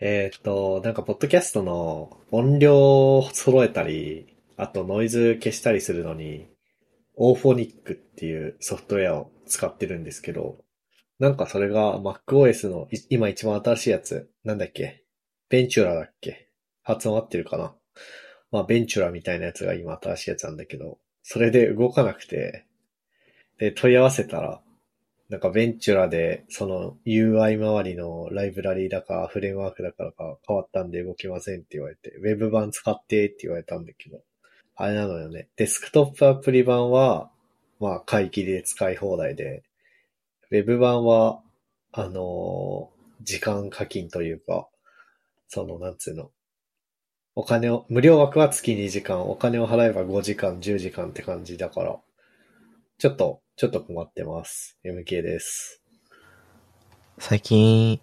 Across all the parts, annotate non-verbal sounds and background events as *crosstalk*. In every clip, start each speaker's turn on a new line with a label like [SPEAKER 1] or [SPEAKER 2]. [SPEAKER 1] えーっと、なんか、ポッドキャストの音量を揃えたり、あとノイズ消したりするのに、オーフォニックっていうソフトウェアを使ってるんですけど、なんかそれが MacOS のい今一番新しいやつ、なんだっけベンチュラだっけ発音合ってるかなまあ、ベンチュラみたいなやつが今新しいやつなんだけど、それで動かなくて、で、問い合わせたら、なんかベンチュラで、その UI 周りのライブラリーだかフレームワークだからか変わったんで動きませんって言われて、ウェブ版使ってって言われたんだけど、あれなのよね。デスクトップアプリ版は、まあ買い切りで使い放題で、ウェブ版は、あのー時間課金というか、その、なんつうの、お金を、無料枠は月2時間、お金を払えば5時間、10時間って感じだから、ちょっと、ちょっと困ってます。MK です。
[SPEAKER 2] 最近、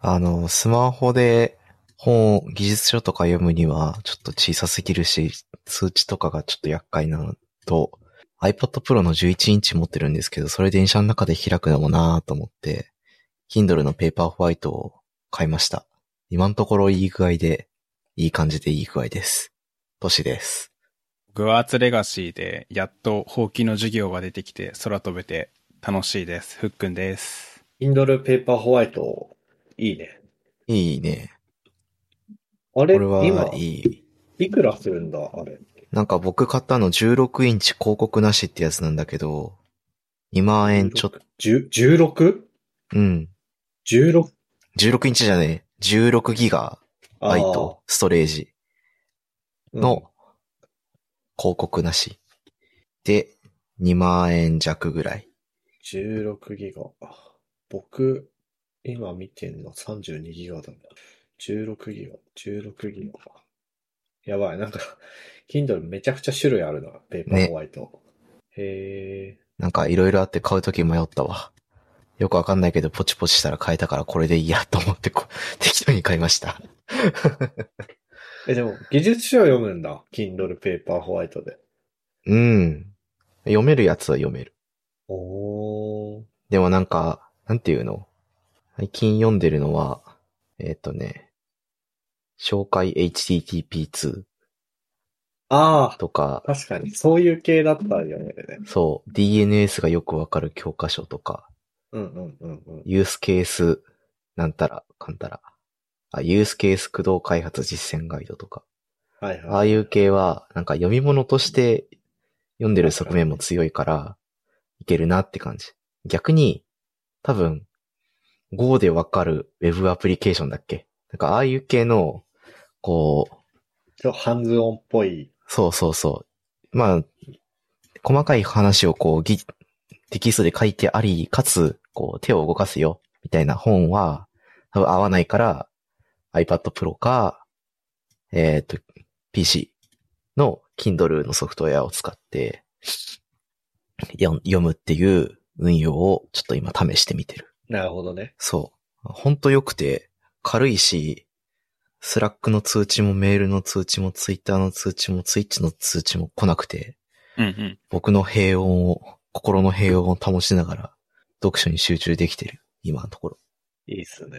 [SPEAKER 2] あの、スマホで本を、技術書とか読むにはちょっと小さすぎるし、数値とかがちょっと厄介なのと、iPad Pro の11インチ持ってるんですけど、それ電車の中で開くのもなぁと思って、Kindle のペーパーホワイトを買いました。今のところいい具合で、いい感じでいい具合です。都市です。
[SPEAKER 3] グアーツレガシーで、やっと放棄の授業が出てきて、空飛べて楽しいです。ふっくんです。
[SPEAKER 1] Kindle Paper White、いいね。
[SPEAKER 2] いいね。
[SPEAKER 1] あ
[SPEAKER 2] こ
[SPEAKER 1] れ、
[SPEAKER 2] れは
[SPEAKER 1] 今、
[SPEAKER 2] いい。
[SPEAKER 1] いくらするんだあれ。
[SPEAKER 2] なんか僕買ったの16インチ広告なしってやつなんだけど、2万円ちょっと、
[SPEAKER 1] 16?16?
[SPEAKER 2] うん。
[SPEAKER 1] 16?
[SPEAKER 2] 16インチじゃねえ。16ギガ
[SPEAKER 1] あ
[SPEAKER 2] バ
[SPEAKER 1] ー
[SPEAKER 2] イト、ストレージ
[SPEAKER 1] うん
[SPEAKER 2] の広告なし。で、2万円弱ぐらい。
[SPEAKER 1] 16ギガ。僕、今見てんの32ギガだな。16ギガ、16ギガ。やばい、なんか、Kindle めちゃくちゃ種類あるな、ペーパーホワイト。へえ。
[SPEAKER 2] なんかいろいろあって買うとき迷ったわ。よくわかんないけど、ポチポチしたら買えたからこれでいいやと思ってこ、適当に買いました。
[SPEAKER 1] え、でも、技術書を読むんだ。Kindle ペーパーホワイトで。
[SPEAKER 2] うん。読めるやつは読める。
[SPEAKER 1] おー。
[SPEAKER 2] でもなんか、なんていうの最近読んでるのは、えっ、とね、紹介 HTTP2
[SPEAKER 1] あ
[SPEAKER 2] とか
[SPEAKER 1] あ、、確かに、そういう系だったよね。
[SPEAKER 2] そう、DNS がよくわかる教科書とか、
[SPEAKER 1] うんうんうんうん。
[SPEAKER 2] ユースケース、なんたら、かんたら。あ、ユースケース駆動開発実践ガイドとか。
[SPEAKER 1] はいはい。
[SPEAKER 2] ああいう系は、なんか読み物として読んでる側面も強いから、いけるなって感じ。逆に、多分、Go でわかる Web アプリケーションだっけなんかああいう系の、こう、
[SPEAKER 1] ちょっとハンズオンっぽい。
[SPEAKER 2] そうそうそう。まあ、細かい話をこう、ぎテキストで書いてあり、かつ、こう、手を動かすよ、みたいな本は、多分合わないから、iPad Pro か、えっ、と、PC の Kindle のソフトウェアを使って、よ読むっていう運用をちょっと今試してみてる。
[SPEAKER 1] なるほどね。
[SPEAKER 2] そう。ほんと良くて、軽いし、スラックの通知もメールの通知もツイッターの通知もツイッチの通知も来なくて、
[SPEAKER 3] うんうん。
[SPEAKER 2] 僕の平穏を、心の平穏を保ちながら、読書に集中できてる。今のところ。
[SPEAKER 1] いいっすね。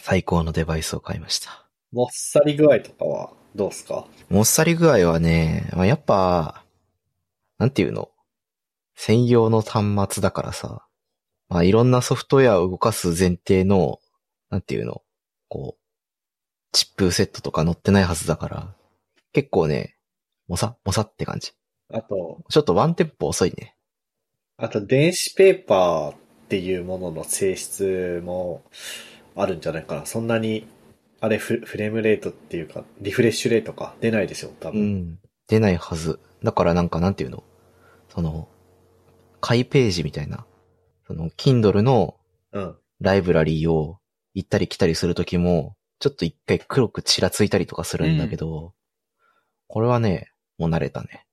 [SPEAKER 2] 最高のデバイスを買いました。
[SPEAKER 1] もっさり具合とかはどうっすか
[SPEAKER 2] もっさり具合はね、まあやっぱ、なんていうの専用の端末だからさ、まあいろんなソフトウェアを動かす前提の、なんていうのこう、チップセットとか載ってないはずだから、結構ね、もさ、もさって感じ。
[SPEAKER 1] あと、
[SPEAKER 2] ちょっとワンテンポ遅いね。
[SPEAKER 1] あと電子ペーパーっていうものの性質もあるんじゃないかな。そんなに、あれフフレームレートっていうか、リフレッシュレートか出ないでしょ、多
[SPEAKER 2] う
[SPEAKER 1] 分。
[SPEAKER 2] ん。出ないはず。だからなんかなんていうのその、開ページみたいな。その、Kindle の
[SPEAKER 1] うん。
[SPEAKER 2] ライブラリーを行ったり来たりするときも、ちょっと一回黒くちらついたりとかするんだけど、これはね、もう慣れたね。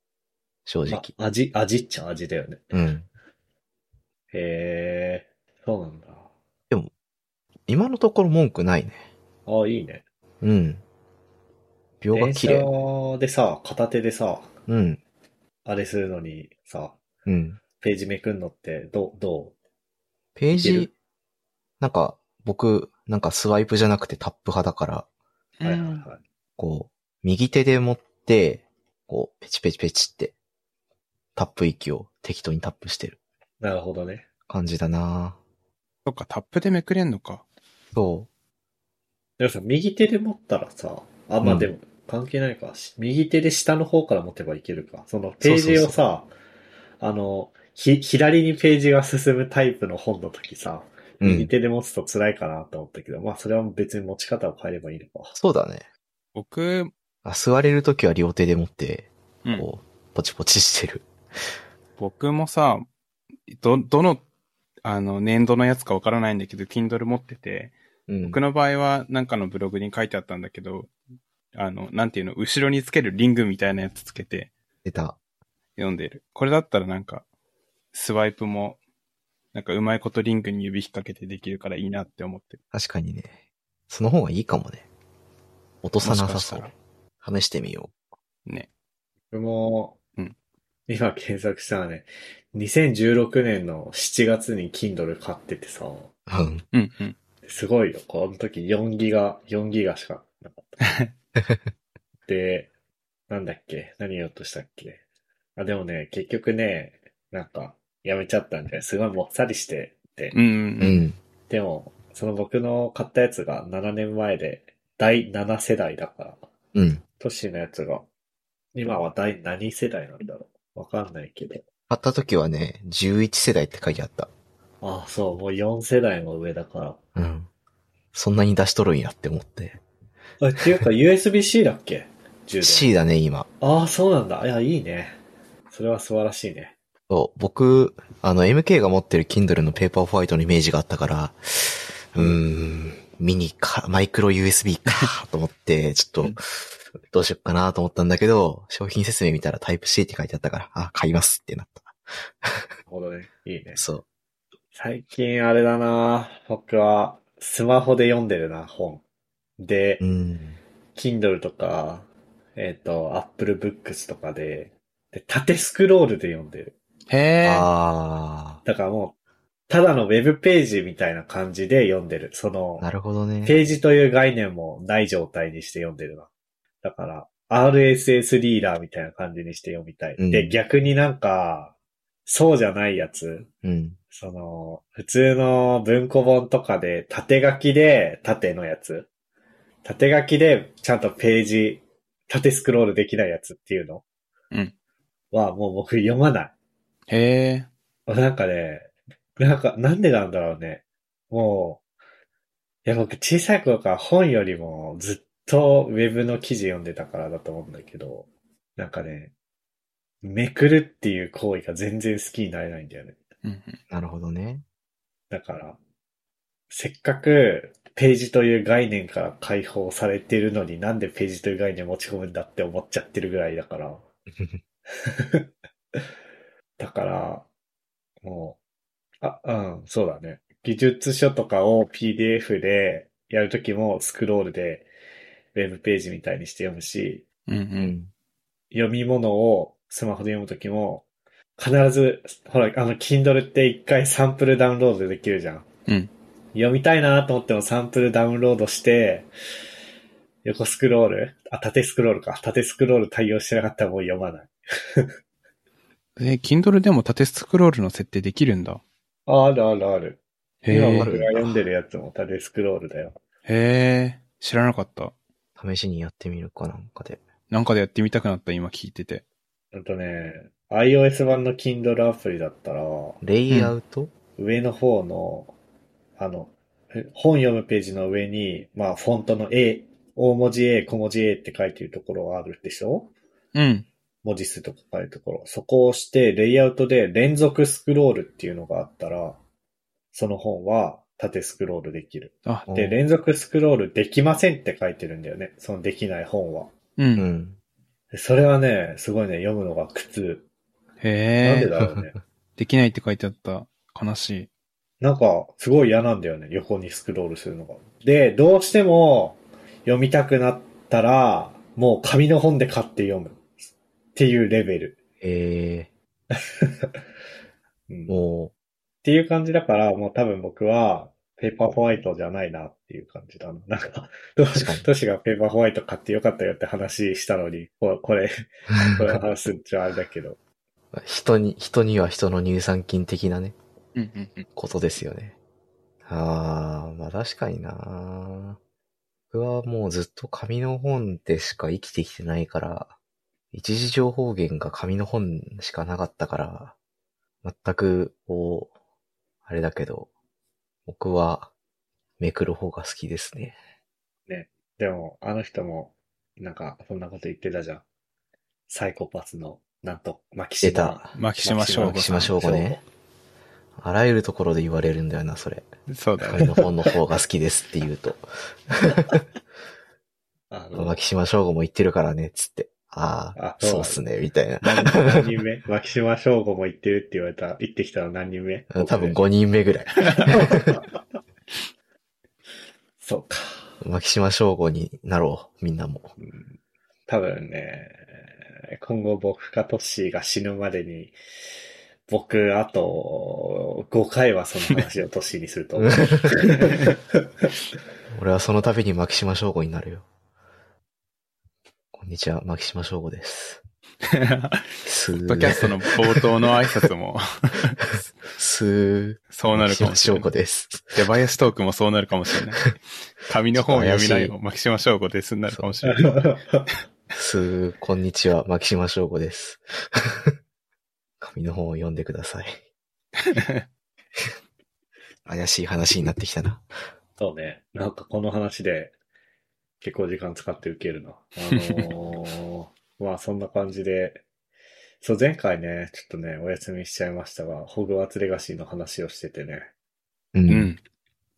[SPEAKER 2] 正
[SPEAKER 1] ま
[SPEAKER 2] 直。
[SPEAKER 1] あ、味、味っちゃ味だよね。
[SPEAKER 2] うん。
[SPEAKER 1] へえ、そうなんだ。
[SPEAKER 2] 今のところ文句ないね。
[SPEAKER 1] ああ、いいね。
[SPEAKER 2] うん。秒が
[SPEAKER 1] 電
[SPEAKER 2] 綺麗。
[SPEAKER 1] 車でさ、片手でさ、
[SPEAKER 2] うん。
[SPEAKER 1] あれするのにさ、
[SPEAKER 2] うん。
[SPEAKER 1] ページめくんのってどう、どう
[SPEAKER 2] ペ
[SPEAKER 1] い
[SPEAKER 2] ー
[SPEAKER 1] け
[SPEAKER 2] ジ
[SPEAKER 1] る、
[SPEAKER 2] なんか、僕、なんかスワイプじゃなくてタップ派だから、
[SPEAKER 1] はいはいは
[SPEAKER 2] こう、右手で持って、こう、ペチペチペチって、タップ域を適当にタップしてる
[SPEAKER 1] い。なるほどね。
[SPEAKER 2] 感じだな
[SPEAKER 3] そっか、タップでめくれんのか。
[SPEAKER 2] そ
[SPEAKER 1] でもさ、右手で持ったらさ、あ、ま
[SPEAKER 2] う
[SPEAKER 1] あ
[SPEAKER 2] ん
[SPEAKER 1] でも、関係ないか、し右手で下の方から持てばいけるか。そのページをさ、あの、ひ、左にページが進むタイプの本の時さ、
[SPEAKER 2] う。う
[SPEAKER 1] 右
[SPEAKER 2] ん。
[SPEAKER 1] 手で持つと辛いかなと思ったけど、まあそれは別に持ち方を変えればいいのか。
[SPEAKER 2] そうだね。
[SPEAKER 3] 僕、
[SPEAKER 2] あ座れるときは両手で持って、
[SPEAKER 3] うん
[SPEAKER 2] こう、ポチポチしてる。
[SPEAKER 3] 僕もさ、ど、どの、あの、年度のやつかわからないんだけど、Kindle 持ってて、
[SPEAKER 2] うん
[SPEAKER 3] 僕。の場合はなんかのブログに書いてあったんだけど、あの、なんていうの、後ろにつけるリングみたいなやつつけて
[SPEAKER 2] 出た。
[SPEAKER 3] 読んでる。これだったらなんか、スワイプも、なんかうまいことリングに指引っ掛けてできるからいいなって思ってる。
[SPEAKER 2] 確かにね。その方がいいかもね。落とさなさ
[SPEAKER 3] もしか
[SPEAKER 2] そ
[SPEAKER 3] したら
[SPEAKER 2] う。試してみよ
[SPEAKER 3] ね。
[SPEAKER 1] 僕も、
[SPEAKER 3] うん
[SPEAKER 1] 今検索したらね、2016年の7月に Kindle 買っててさ、
[SPEAKER 2] う。うん。
[SPEAKER 3] うんうん。
[SPEAKER 1] すごいよ。この時4ギガ、4ギガし
[SPEAKER 3] *laughs*
[SPEAKER 1] かなかった。で、なんだっけ何言おうとしたっけあ、でもね、結局ね、なんか、やめちゃったんですごいもっさりしてて。
[SPEAKER 3] うんうん
[SPEAKER 2] う
[SPEAKER 3] うん。
[SPEAKER 2] ん。
[SPEAKER 1] でも、その僕の買ったやつが7年前で、第7世代だから、
[SPEAKER 2] うん。
[SPEAKER 1] トシのやつが、今は第何世代なんだろうわかんないけど。
[SPEAKER 2] 買ったときはね、11世代って書いてあった。
[SPEAKER 1] あ、そう、もう4世代も上だから。
[SPEAKER 2] うん。そんなに出しとるんやって思って。
[SPEAKER 1] あ、っていうか USB-C だっけ充電。
[SPEAKER 2] C だね、今。
[SPEAKER 1] ああ、そうなんだ。いや、いいね。それは素晴らしいね。
[SPEAKER 2] そう、僕、あの、MK が持ってる Kindle のペーパーホワイトのイメージがあったから、うーん、ミニか、マイクロ USB か、と思って、ちょっと、どうしよっかなと思ったんだけど、商品説明見たらタイプ C って書いてあったから、あ、買いますってなっ
[SPEAKER 1] なるほどね。いいね
[SPEAKER 2] た。。そう。
[SPEAKER 1] 最近あれだな僕はスマホで読んでるな、本。で
[SPEAKER 2] う、ん。
[SPEAKER 1] Kindle とか、えっ、と、Apple Books とかで、で、縦スクロールで読んでる。
[SPEAKER 3] へえ。
[SPEAKER 2] あ
[SPEAKER 1] だからもう、ただのウェブページみたいな感じで読んでる。その
[SPEAKER 2] ー、、なるほどね。
[SPEAKER 1] ページという概念もない状態にして読んでるな。だから、RSS リーダーみたいな感じにして読みたい。
[SPEAKER 2] うん
[SPEAKER 1] で、逆になんか、そうじゃないやつ。
[SPEAKER 2] うん。
[SPEAKER 1] その、普通の文庫本とかで、縦書きで縦のやつ。縦書きでちゃんとページ、縦スクロールできないやつっていうの
[SPEAKER 3] うん
[SPEAKER 1] は、もう僕読まない。
[SPEAKER 3] へえ。
[SPEAKER 1] なんかね、なんか、なんでなんだろうね。もう、いや、僕小さい頃から本よりもずっとウェブの記事読んでたからだと思うんだけど、なんかね、めくるっていう行為が全然好きになれないんだよね。
[SPEAKER 3] うん
[SPEAKER 2] なるほどね。
[SPEAKER 1] だから、せっかくページという概念から解放されてるのになんでページという概念持ち込むんだって思っちゃってるぐらいだから。だから、もう、あ、うん、そうだね。技術書とかを PDF でやるときもスクロールでウェブページみたいにして読むし、
[SPEAKER 3] うん。うんう。
[SPEAKER 2] うんん。
[SPEAKER 1] 読み物をスマホで読むときも、必ず、ほら、あの、Kindle って一回サンプルダウンロードできるじゃん。
[SPEAKER 3] うん
[SPEAKER 1] 読みたいなと思ってもサンプルダウンロードして、横スクロールあ、縦スクロールか。縦スクロール対応してなかったらもう読まない。
[SPEAKER 3] え、Kindle でも縦スクロールの設定できるんだ。
[SPEAKER 1] ああるあるある。
[SPEAKER 3] へ
[SPEAKER 1] 今
[SPEAKER 3] え
[SPEAKER 1] 僕。が読んでるやつも縦スクロールだよ。
[SPEAKER 3] へえ。知らなかった。
[SPEAKER 2] 試しにやってみるかなんかで。
[SPEAKER 3] なんかでやってみたくなった、今聞いてて。
[SPEAKER 1] あとね、iOS 版の Kindle アプリだったら、
[SPEAKER 2] レイアウト、
[SPEAKER 1] 上の方の、あの、え本読むページの上に、まあ、フォントの A、大文字 A、小文字 A って書いてるところがあるでしょ
[SPEAKER 3] うん。
[SPEAKER 1] 文字数とか書いてるところ。そこを押して、レイアウトで連続スクロールっていうのがあったら、その本は縦スクロールできる。
[SPEAKER 3] あ、
[SPEAKER 1] で、連続スクロールできませんって書いてるんだよね。そのできない本は。
[SPEAKER 3] う。
[SPEAKER 2] うんん。
[SPEAKER 1] でそれはね、すごいね、読むのが苦痛。なん
[SPEAKER 3] へ
[SPEAKER 1] で
[SPEAKER 3] え。
[SPEAKER 1] だろうね。
[SPEAKER 3] できないって書いてあった。悲しい。
[SPEAKER 1] なんか、すごい嫌なんだよね。横にスクロールするのが。で、どうしても読みたくなったら、もう紙の本で買って読む。っていうレベル。
[SPEAKER 2] え
[SPEAKER 1] うん
[SPEAKER 2] ー、も
[SPEAKER 1] っていう感じだから、もう多分僕は、ペーパーホワイトじゃないなっていう感じだな。なんか、どうし *laughs* トシがペーパーホワイト買ってよかったよって話したのに、ここれ、これ話すんちゃあれだけど。
[SPEAKER 2] *laughs* 人に、人には人の乳酸菌的なね、
[SPEAKER 3] うんうんうん。
[SPEAKER 2] ことですよね。ああ、まあ確かにな僕はもうずっと紙の本でしか生きてきてないから、一時情報源が紙の本しかなかったから、全く、こう、あれだけど、僕はめくる方が好きですね。
[SPEAKER 1] でも、あの人も、なんか、そんなこと言ってたじゃん。サイコパスの、なんと、マキシ
[SPEAKER 2] 出た。
[SPEAKER 3] 牧島省吾
[SPEAKER 2] 牧
[SPEAKER 3] さん
[SPEAKER 2] 島。省吾ね。あらゆるところで言われるんだよな、それ。
[SPEAKER 3] そうだ
[SPEAKER 2] 紙
[SPEAKER 3] ね。
[SPEAKER 2] の本の方が好きですって言うと。
[SPEAKER 1] あの、
[SPEAKER 2] 牧島省吾も言ってるからね、つって。ああ
[SPEAKER 1] あ、そう
[SPEAKER 2] そうっすね、みたいな。
[SPEAKER 1] 何何人目マキシマ翔吾も言ってるって言われた、言ってきたの何人目
[SPEAKER 2] 多分5人目ぐらい。
[SPEAKER 1] そうか。
[SPEAKER 2] 牧島省吾になろう、みんなも。
[SPEAKER 1] うん多分ね、今後僕かトッシーが死ぬまでに、僕、あと、5回はその話をトッシーにすると思う。
[SPEAKER 2] 俺はその度に牧島省吾になるよ。こんにちは、牧島省吾です。す
[SPEAKER 3] ポッドキャ
[SPEAKER 2] ー、
[SPEAKER 3] ストの冒頭の挨拶 *laughs* も
[SPEAKER 2] すー、
[SPEAKER 3] そうな
[SPEAKER 2] 牧
[SPEAKER 3] る
[SPEAKER 2] 島
[SPEAKER 3] かもし
[SPEAKER 2] 省
[SPEAKER 3] れな
[SPEAKER 2] 吾
[SPEAKER 3] い。
[SPEAKER 2] です。
[SPEAKER 3] 出囃子トークもそうなるかもしれない。紙の本を読みない
[SPEAKER 2] ちょっと怪
[SPEAKER 3] よ。牧島省吾ですになるかもしれない。
[SPEAKER 2] すー、こんにちは、牧島省吾です。 *laughs* 紙の本を読んでください。怪しい話になってきたな。
[SPEAKER 1] *laughs* そうね。なんかこの話で結構時間使って受けるな。あの
[SPEAKER 2] *laughs*
[SPEAKER 1] ーまあそんな感じで、そう前回ね、ちょっとね、お休みしちゃいましたが、ホグワーツレガシーの話をしててね、
[SPEAKER 2] う。
[SPEAKER 3] うん *laughs* ん。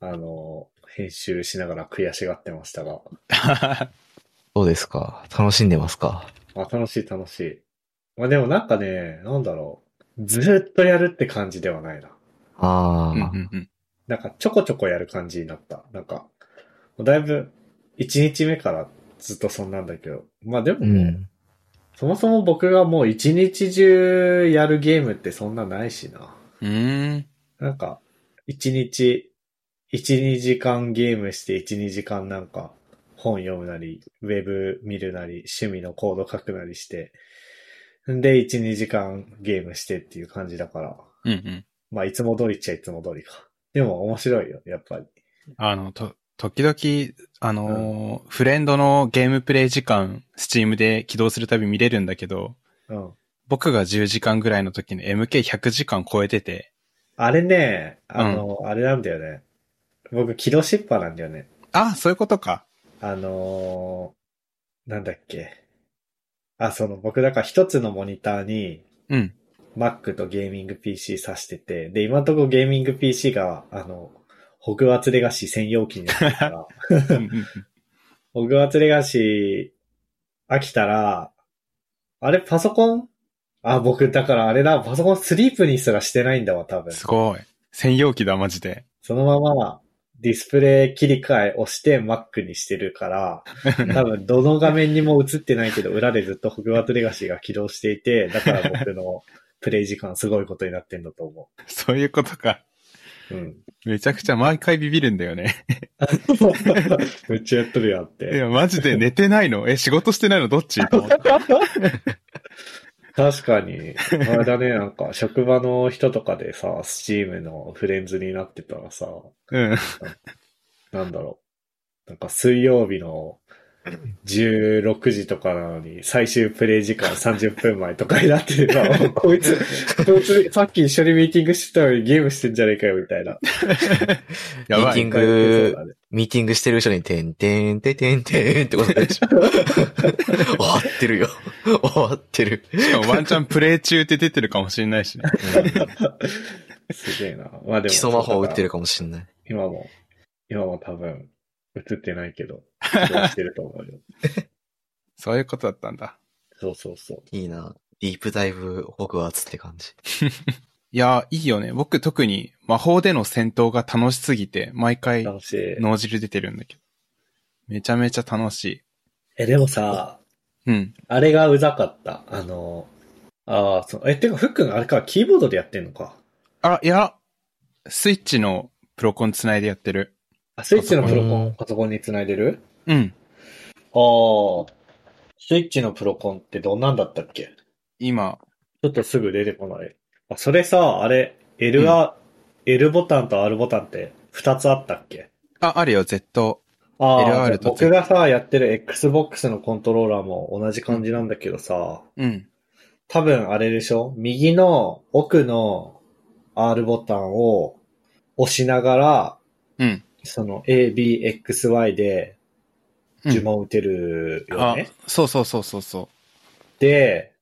[SPEAKER 1] あのー編集しながら悔しがってましたが、
[SPEAKER 2] どうですか楽しんでますか
[SPEAKER 1] まあ楽しい楽しい。まあでもなんかね、なんだろう。ずーっとやるって感じではないな。
[SPEAKER 2] あ
[SPEAKER 3] う
[SPEAKER 2] あ、
[SPEAKER 3] んうんうん
[SPEAKER 1] なんかちょこちょこやる感じになった。なんか、もうだいぶ1日目からずっとそんなんだけど、まあでも
[SPEAKER 2] う
[SPEAKER 1] ね、
[SPEAKER 2] ん。
[SPEAKER 1] そもそも僕がもう一日中やるゲームってそんなないしな。
[SPEAKER 3] うーん。
[SPEAKER 1] なんか、一日、一、二時間ゲームして、一、二時間なんか、本読むなり、ウェブ見るなり、趣味のコード書くなりして、んで、一、二時間ゲームしてっていう感じだから、
[SPEAKER 3] うんうん。
[SPEAKER 1] まあ、いつも通りっちゃいつも通りか。でも面白いよ、やっぱり。
[SPEAKER 3] あの、と、時々、あのー、フレンドのゲームプレイ時間、スチームで起動するたび見れるんだけど、
[SPEAKER 1] うん。
[SPEAKER 3] 僕が10時間ぐらいの時の MK100 時間超えてて、
[SPEAKER 1] あれね、あの、あれなんだよね。僕、起動失敗なんだよね。
[SPEAKER 3] あ、そういうことか。
[SPEAKER 1] あのー、なんだっけ。あ、その僕だから一つのモニターに
[SPEAKER 3] うん。
[SPEAKER 1] Mac とゲーミング PC 挿してて、で、今のところゲーミング PC が、あの、ホグワーツレガシー専用機になってる
[SPEAKER 3] *laughs*
[SPEAKER 1] から、
[SPEAKER 3] うんうんうん
[SPEAKER 1] ホグワーツレガシー飽きたら、あれパソコンあ、僕、だからあれだ、パソコンスリープにすらしてないんだわ、多分。
[SPEAKER 3] すごい。専用機だ、マジで。
[SPEAKER 1] そのままディスプレイ切り替えをして Mac にしてる
[SPEAKER 3] *laughs*
[SPEAKER 1] から、多分どの画面にも映ってないけど、裏でずっとホグワートレガシーが起動していて、だから僕のプレイ時間すごいことになってんだと思
[SPEAKER 3] そういうことか。
[SPEAKER 1] う。うん。
[SPEAKER 3] めちゃくちゃ毎回ビビるんだよ *laughs* ね。
[SPEAKER 1] *laughs* めっちゃやっとるやんっ
[SPEAKER 3] い
[SPEAKER 1] て。
[SPEAKER 3] や、マジ *laughs* で寝てないのえ、仕事してないのど *laughs* っちと思って
[SPEAKER 1] 確か
[SPEAKER 2] *laughs*
[SPEAKER 1] に、あれだね、なんか職場の人とかでさ、スチームのフレンズになってたらさ、
[SPEAKER 3] うん。
[SPEAKER 1] なんだろう。なんか水曜日の16時とかなのに、最終プレイ時間30分前とかになってて
[SPEAKER 2] *laughs*
[SPEAKER 1] さ、こいつ、こいつ、さっき一緒にミーティングしてたのにゲームしてんじゃねえかよ、みたいな。
[SPEAKER 3] や
[SPEAKER 2] ミー
[SPEAKER 3] ば
[SPEAKER 2] ティン
[SPEAKER 3] い。
[SPEAKER 2] グミーティングしてる人に、てんてんてんてんてんってことで
[SPEAKER 3] *laughs*
[SPEAKER 2] しょ。終わってるよ。終わってる。
[SPEAKER 3] しかもワンチャンプレイ中って出てるかもしれないしね。
[SPEAKER 1] すげえな。まあでも。
[SPEAKER 2] 基礎魔法を打ってるかもしれない。
[SPEAKER 1] 今も、今も多分、映ってないけど、起動してると思うよ。
[SPEAKER 3] そういうことだったんだ。
[SPEAKER 1] そうそうそう。
[SPEAKER 2] いいな。ディープダイブ、ホグワーツって感じ。
[SPEAKER 3] いや、いいよね。僕特に魔法での戦闘が楽しすぎて、毎回
[SPEAKER 1] 楽しい。
[SPEAKER 3] 脳汁出てるんだけど。めちゃめちゃ楽し
[SPEAKER 1] え、でもさ、
[SPEAKER 3] い。うん。
[SPEAKER 1] あれがうざかった。あの、ああ、そう、え、てか、ふっくんあれか、キーボードでやってんのか。
[SPEAKER 3] あ、いや、スイッチのプロコン繋いでやってる。
[SPEAKER 1] あ、スイッチのプロコ
[SPEAKER 2] う
[SPEAKER 1] ン
[SPEAKER 2] ん、
[SPEAKER 1] パソコンに繋いでる
[SPEAKER 3] うん。
[SPEAKER 1] ああ。スイッチのプロコンってどんなんだったっけ
[SPEAKER 3] 今、
[SPEAKER 1] ちょっとすぐ出てこない。あ、それさ、あれ、L は、L ボタンと R ボタンって2つあったっけ
[SPEAKER 3] あ、あるよ、Z。
[SPEAKER 1] ああ、
[SPEAKER 3] LR
[SPEAKER 1] じゃあ
[SPEAKER 3] と
[SPEAKER 1] 僕がさ、やってる Xbox のコントローラーも同じ感じなんだけどさ、
[SPEAKER 3] うん。
[SPEAKER 1] 多分あれでしょ右の奥の R ボタンを押しながら、
[SPEAKER 3] うん。
[SPEAKER 1] その A, B, X, Y で
[SPEAKER 3] うん
[SPEAKER 1] 呪文打てるよ
[SPEAKER 3] あ
[SPEAKER 1] ね。、
[SPEAKER 3] そうそうそうそうそ
[SPEAKER 1] で、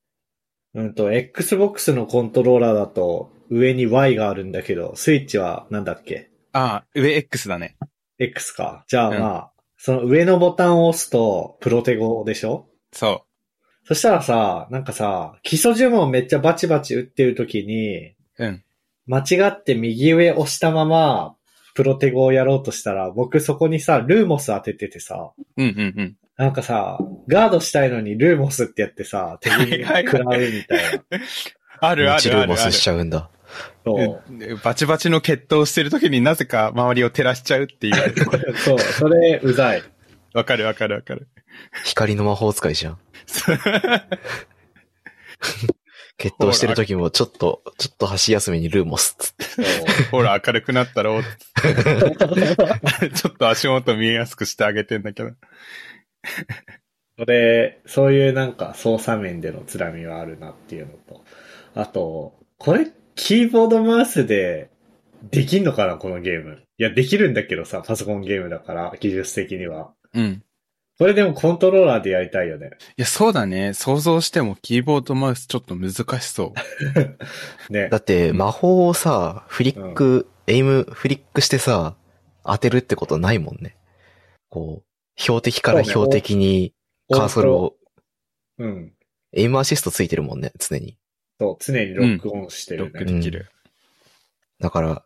[SPEAKER 1] うんと、Xbox のコントローラーだと上に Y があるんだけど、スイッチはなんだっけ
[SPEAKER 3] う。あ、上 X だね。
[SPEAKER 1] ?X か。じゃあ
[SPEAKER 3] うん
[SPEAKER 1] まあ、その上のボタンを押すとプロテゴでしょ
[SPEAKER 3] そ
[SPEAKER 1] そしたらさ、なんかさ、基礎呪文めっちゃバチバチ打ってる時に、
[SPEAKER 3] う。うん。
[SPEAKER 1] 間違って右上押したまま、プロテゴをやろうとしたら、僕そこにさ、ルーモス当てててさ、
[SPEAKER 3] うんうん
[SPEAKER 1] なんかさ、ガードしたいのにルーモスってやってさ、手に食らうみたいな。
[SPEAKER 3] うん。あるあ
[SPEAKER 2] ミチ
[SPEAKER 3] る
[SPEAKER 2] ル
[SPEAKER 3] あ
[SPEAKER 2] ーモ
[SPEAKER 3] るあ
[SPEAKER 2] ス
[SPEAKER 3] る
[SPEAKER 2] し。ちゃうんだ。
[SPEAKER 1] そう。
[SPEAKER 3] えバチバチの決闘をしてるときになぜか周りを照らしちゃうっていう。 *laughs*
[SPEAKER 1] そう、それ、うざい。
[SPEAKER 3] わかるわかるわかる。
[SPEAKER 2] 光の魔法使いじゃん。決闘してる時も、ちょっと、ちょっと箸休めにルーモスっつって。
[SPEAKER 1] *laughs* そう
[SPEAKER 3] ほら明るくなったろう *laughs* って。ちょっと足元見えやすくしてあげてんだけど。
[SPEAKER 1] それ、そういうなんか操作面でのつらみはあるなっていうのと。あと、これ、キーボードマウスでできんのかなこのゲーム。いや、できるんだけどさ、パソコンゲームだから、技術的には。
[SPEAKER 3] うん。
[SPEAKER 1] これでもコントローラーでやりたいよね。
[SPEAKER 3] いや、そうだね。想像してもキーボードマウスちょっと難しそう。
[SPEAKER 1] ね
[SPEAKER 2] だ。って、魔法をさ、フリック、エイム、フリックしてさ、当てるってことないもんね。こう、標的から標的にカーソルを、
[SPEAKER 1] うん。
[SPEAKER 2] エイムアシストついてるもんね、常に。
[SPEAKER 1] そう、常にロックオンして
[SPEAKER 3] ロ
[SPEAKER 1] る
[SPEAKER 3] ッ
[SPEAKER 1] ね、
[SPEAKER 3] クできる。
[SPEAKER 2] だか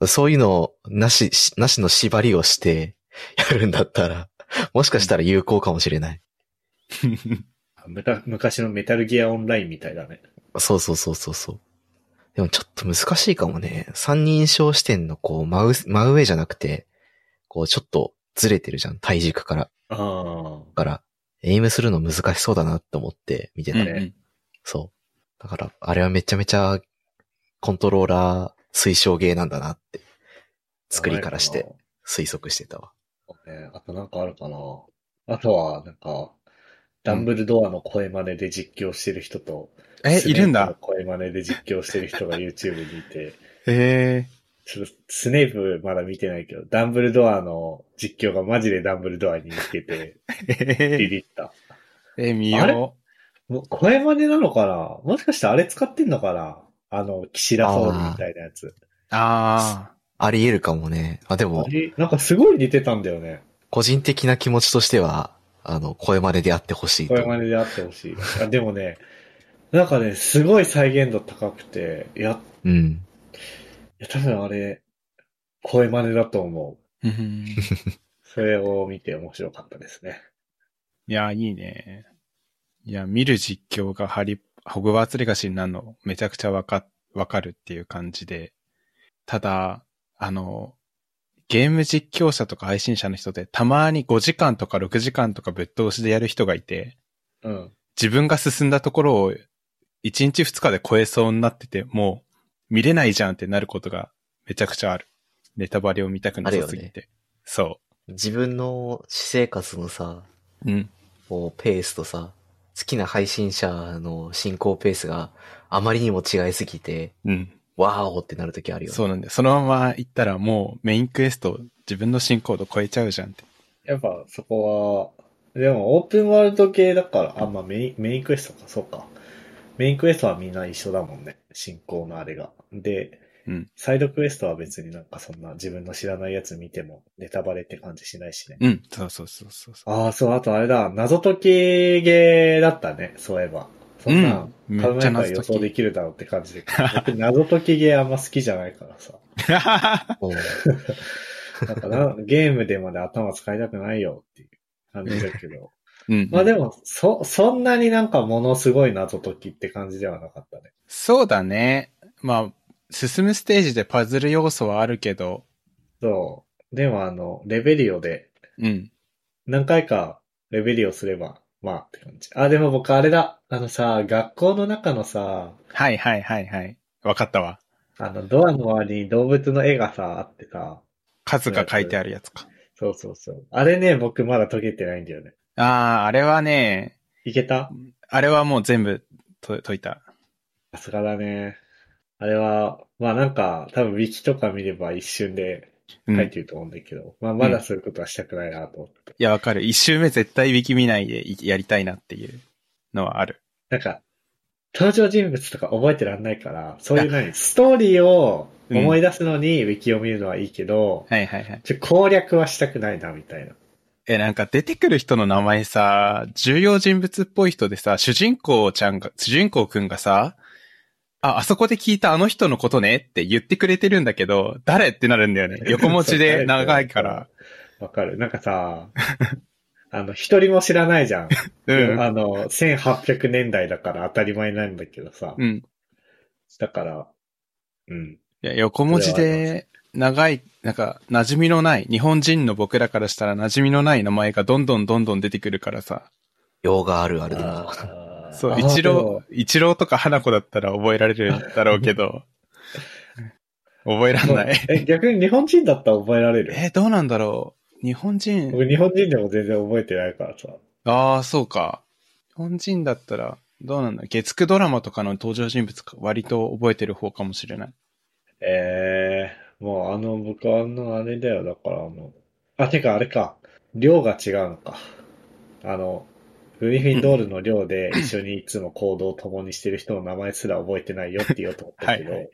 [SPEAKER 2] ら、そういうの、なし、しなしの縛りをして、やるんだったら、もしかしたら有効かもしれない。
[SPEAKER 1] むた昔のメタルギアオンラインみたいだね。
[SPEAKER 2] そうそうそうそうそう。でもちょっと難しいかもね。三人称視点のこう、真う真上じゃなくて、こう、ちょっとずれてるじゃん。体軸から。
[SPEAKER 1] あ
[SPEAKER 2] だから、エイムするの難しそうだなって思って見て
[SPEAKER 3] うん
[SPEAKER 2] た。
[SPEAKER 3] う
[SPEAKER 2] ね。
[SPEAKER 3] ん
[SPEAKER 2] そう。だから、あれはめちゃめちゃ、コントローラー推奨ゲーなんだなって、
[SPEAKER 1] あ。
[SPEAKER 2] 作りからし
[SPEAKER 1] 名
[SPEAKER 2] て
[SPEAKER 1] 前か
[SPEAKER 2] 推測してたわ。
[SPEAKER 1] な。ねあとなんかあるかな。あとは、なんか、ダンブルドアの声真似で実況してる人と、
[SPEAKER 3] え、
[SPEAKER 1] スネー
[SPEAKER 3] い
[SPEAKER 1] プ
[SPEAKER 3] る
[SPEAKER 1] の
[SPEAKER 3] んだ。
[SPEAKER 1] 声真似で実況してる人が YouTube にいて、 *laughs*
[SPEAKER 3] へえ。
[SPEAKER 1] ちょっとスネープまだ見てないけど、ダンブルドアの実況がマジでダンブルドアに似てて、ビビった。
[SPEAKER 3] え、見
[SPEAKER 1] あれ
[SPEAKER 3] よ
[SPEAKER 1] もう声真似なのかなもしかしてあれ使ってんのかなあの、岸田総理みたいなやつ。
[SPEAKER 3] う。あ
[SPEAKER 2] あり得るかもね。あ、でも
[SPEAKER 1] あ、れなんかすごい似てたんだよね。
[SPEAKER 2] 個人的な気持ちとしては、あの、声真似であってほしいと。
[SPEAKER 1] 声真似であってほしい。あでもね、なんかね、すごい再現度高くて、いや、
[SPEAKER 2] うん。
[SPEAKER 1] いや多分あれ、声真似だと思う。
[SPEAKER 3] あ。うん
[SPEAKER 1] それを見て面白かったですね。
[SPEAKER 3] いや、いいね。いや、見る実況がハリ、ホグワーツレガシーになるのめちゃくちゃわか、わかるっていう感じで。ただ、あの、ゲーム実況者とか配信者の人でたまに5時間とか6時間とかぶっ通しでやる人がいて、
[SPEAKER 1] うん。
[SPEAKER 3] 自分が進んだところを1日2日で超えそうになってて、もう見れないじゃんってなることがめちゃくちゃある。ネタバレを見たくなさすぎて。そ
[SPEAKER 2] 自分の私生活のさ、
[SPEAKER 3] う。うん。
[SPEAKER 2] こう、ペースとさ、好きな配信者の進行ペースがあまりにも違いすぎて、
[SPEAKER 3] うん。
[SPEAKER 2] わーおってなるときあるよね。
[SPEAKER 3] そうなんだよ。そのまま行ったらもうメインクエスト自分の進行度超えちゃうじゃんって。
[SPEAKER 1] やっぱそこは、でもオープンワールド系だから、あ、まあメイン、メインクエストか、そうか。メインクエストはみんな一緒だもんね。進行のあれが。で、
[SPEAKER 3] うん
[SPEAKER 1] サイドクエストは別になんかそんな自分の知らないやつ見てもネタバレって感じしないしね。
[SPEAKER 3] うん。そうそうそうそうそう。
[SPEAKER 1] ああ、そう、あとあれだ、謎解きゲーだったね、そういえば。そんな、
[SPEAKER 3] うん
[SPEAKER 1] 考
[SPEAKER 3] めっ
[SPEAKER 1] え
[SPEAKER 3] ち
[SPEAKER 1] たら
[SPEAKER 3] ゃ謎解き
[SPEAKER 1] 予想できるだろうって感じで。僕謎解きゲーあんま好きじゃないからさ。
[SPEAKER 3] *laughs*
[SPEAKER 2] おう。
[SPEAKER 1] *laughs* なんかなゲームでまで頭使いたくないよっていう感じだけど。 *laughs*
[SPEAKER 3] うん。
[SPEAKER 1] まあで。も、そ、そんなになんかものすごい謎解きって感じではなかったね。
[SPEAKER 3] そうだね。まあ、進むステージでパズル要素はあるけど、
[SPEAKER 1] そう。でもあの、レベリオで
[SPEAKER 3] うん。
[SPEAKER 1] 何回かレベリオすれば、まあって感じ。あ、でも僕あれだ。あのさ、学校の中のさ、
[SPEAKER 3] はいはいはいはい。わかったわ。
[SPEAKER 1] あの、ドアの周りに動物の絵がさ、あってさ、
[SPEAKER 3] 数が書いてあるやつか。
[SPEAKER 1] そうそうそう。あれね、僕まだ解けてないんだよね。
[SPEAKER 3] ああ、あれはね、
[SPEAKER 1] いけた
[SPEAKER 3] あれはもう全部と解いた。
[SPEAKER 1] さすがだね。あれは、まあなんか、多分ウィキとか見れば一瞬で
[SPEAKER 3] うん。
[SPEAKER 1] 書い
[SPEAKER 3] い
[SPEAKER 1] てると思うんだけど、まあまだそういうことはしたくないなと思って。
[SPEAKER 3] や、わかる。一周目絶対ウィキ見ないでいやりたいなっていうのはある。
[SPEAKER 1] なんか、登場人物とか覚えてらんないから、そういう何、ストーリーを思い出すのにウィキを見るのはいいけど、
[SPEAKER 3] はいはいはい。
[SPEAKER 1] ちょ攻略はしたくないな、みたいな。
[SPEAKER 3] え、なんか出てくる人の名前さ、重要人物っぽい人でさ、主人公ちゃんが、主人公くんがさ、あ、あそこで聞いたあの人のことねって言ってくれてるんだけど、誰ってなるんだよ
[SPEAKER 1] *laughs*
[SPEAKER 3] ね。横文字
[SPEAKER 1] そ
[SPEAKER 3] で
[SPEAKER 1] う誰
[SPEAKER 3] 長いから。
[SPEAKER 1] わかる。なんかさ、 *laughs* あの、一人も知らないじゃん。
[SPEAKER 3] うん。
[SPEAKER 1] あの、1800年代だから当たり前なんだけどさ。
[SPEAKER 3] うん。
[SPEAKER 1] だから、うん。
[SPEAKER 3] いや、横文字で長い、なんか、馴染みのない、日本人の僕らからしたら馴染みのない名前がどんどんどんどん出てくるからさ。
[SPEAKER 2] 用があるあるだな。
[SPEAKER 1] あー
[SPEAKER 3] そ
[SPEAKER 1] あ
[SPEAKER 3] う、
[SPEAKER 1] ー
[SPEAKER 3] 一
[SPEAKER 1] でも
[SPEAKER 3] 郎、一郎とか花子だったら覚えられるんだろう
[SPEAKER 1] *laughs*
[SPEAKER 3] けど、覚えらんない。
[SPEAKER 1] え、逆に日本人だったら覚えられる
[SPEAKER 3] えー、どうなんだろう日本人、
[SPEAKER 1] 僕日本人でも全然覚えてないからさ。
[SPEAKER 3] ああ、そうか。日本人だったら、どうなんだ月9ドラマとかの登場人物か割と覚えてる方かもしれない。
[SPEAKER 1] ええもうあの、僕あの、あれだよ。だからあの、あ、てかあれか。量が違うのか。あの、グリフィンドールの量で一緒にいつも行動を共にしてる人の名前すら覚えてないよって言おうと思ったけど、
[SPEAKER 3] はいは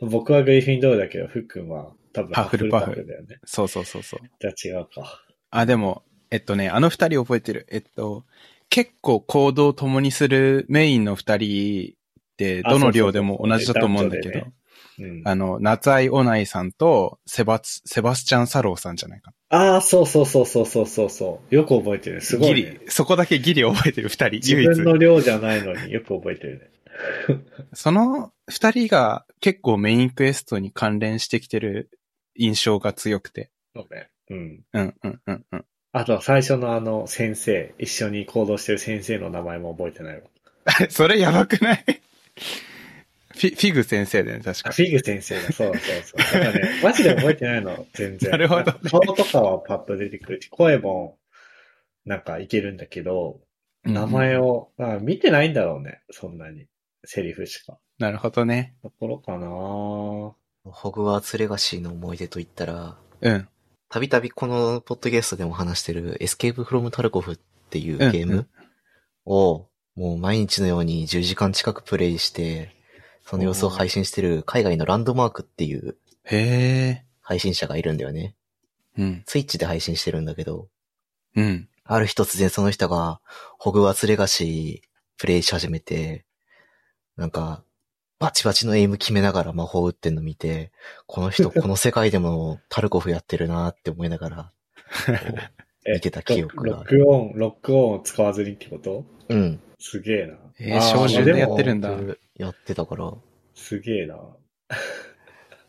[SPEAKER 1] 僕はグリフィンドールだけど、フックンは多分
[SPEAKER 3] ハッフルパフ
[SPEAKER 1] ハッだよね。
[SPEAKER 3] そうそうそうそう。
[SPEAKER 1] じゃあ違うか。
[SPEAKER 3] あ、でも、えっとね、あの二人覚えてる。えっと、結構行動を共にするメインの二人って、
[SPEAKER 1] あ
[SPEAKER 3] どの量
[SPEAKER 1] そうそうそ
[SPEAKER 3] で
[SPEAKER 1] う
[SPEAKER 3] も同じだと思うんだけ
[SPEAKER 1] 男女
[SPEAKER 3] ど
[SPEAKER 1] でね、うん。
[SPEAKER 3] あの、夏井オナイさんと、セバス、セバスチャン・サローさんじゃないか。
[SPEAKER 1] ああ、そうそうそうそうそうそうそう。よく覚えてる。すごい、
[SPEAKER 3] ギ
[SPEAKER 1] ね。
[SPEAKER 3] リ、そこだけギリ覚えてる二人、
[SPEAKER 1] 自
[SPEAKER 3] 唯一
[SPEAKER 1] 分。の量じゃないのによく覚えてるね。
[SPEAKER 3] その二人が結構メインクエストに関連してきてる印象が強くて。
[SPEAKER 1] そうね。うん。
[SPEAKER 3] うん、うん、うん、うん。 *laughs*
[SPEAKER 1] あとは最初のあの先生、一緒に行動してる先生の名前も覚えてないわ。
[SPEAKER 3] それやばくないフィフィグ先生だよね、確
[SPEAKER 1] あ
[SPEAKER 3] か。
[SPEAKER 1] フィグ先生だ、そうだそうだそうだ。だからね、マジで覚えてないの、全然。
[SPEAKER 3] なるほど
[SPEAKER 1] んか顔とかはパッと出てくるし、声もなんかいけるんだけど、名前
[SPEAKER 3] を。
[SPEAKER 1] を、だから見てないんだろうね、そんなに。セリフしか。
[SPEAKER 3] なるほどね。
[SPEAKER 1] ところかな
[SPEAKER 2] ホグワーツレガシーの思い出といったら、
[SPEAKER 3] うん。
[SPEAKER 2] たびたびこのポッドゲストでも話してるエスケープフロムタルコフっていう
[SPEAKER 3] うん
[SPEAKER 2] ゲー
[SPEAKER 3] う
[SPEAKER 2] ム
[SPEAKER 3] ん
[SPEAKER 2] を、もう毎日のように10時間近くプレイして、その様子を配信してる海外のランドマークっていう
[SPEAKER 3] へえ。
[SPEAKER 2] 配信者がいるんだよね。
[SPEAKER 3] うん。
[SPEAKER 2] ツイッチで配信してるんだけど、
[SPEAKER 3] うん。
[SPEAKER 2] ある日突然その人が、ホグワーツレガシープレイし始めて、なんか、バチバチのエイム決めながら魔法打ってんの見て、この人この世界でもタルコフやってるなって思いながら、こう見てた記憶
[SPEAKER 1] ロ
[SPEAKER 2] があ
[SPEAKER 1] ッ
[SPEAKER 2] る。
[SPEAKER 1] クオン、ロックオンを使わずにってこと
[SPEAKER 3] *laughs*
[SPEAKER 2] うん。
[SPEAKER 1] すげえな。
[SPEAKER 3] えー
[SPEAKER 1] あ
[SPEAKER 3] 少女
[SPEAKER 1] で
[SPEAKER 3] でや
[SPEAKER 1] も
[SPEAKER 3] ってるんだ
[SPEAKER 2] やってたから、
[SPEAKER 1] すげえな。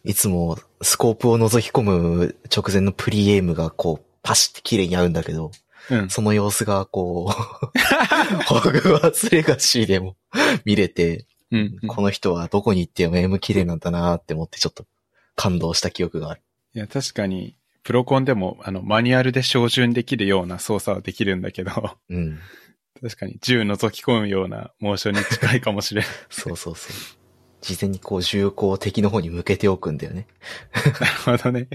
[SPEAKER 2] いつもスコープを覗き込む直前のプリエイムがこう、パシって綺麗に合うんだけど、
[SPEAKER 3] うん。
[SPEAKER 2] その様子がこう、 *laughs* ホグワーツレガシーでも *laughs* 見れて、
[SPEAKER 3] うん。
[SPEAKER 2] この人はどこに行っても M 綺麗なんだなって思ってちょっと感動した記憶がある。
[SPEAKER 3] いや、確かに、プロコンでも、あの、マニュアルで照準できるような操作はできるんだけど、 *laughs*
[SPEAKER 2] うん。
[SPEAKER 3] 確かに銃覗き込むようなモーションに近いかもしれない。
[SPEAKER 2] そうそうそう。事前にこう銃口を敵の方に向けておくんだよね。
[SPEAKER 3] なるほ
[SPEAKER 1] *laughs*
[SPEAKER 3] どね。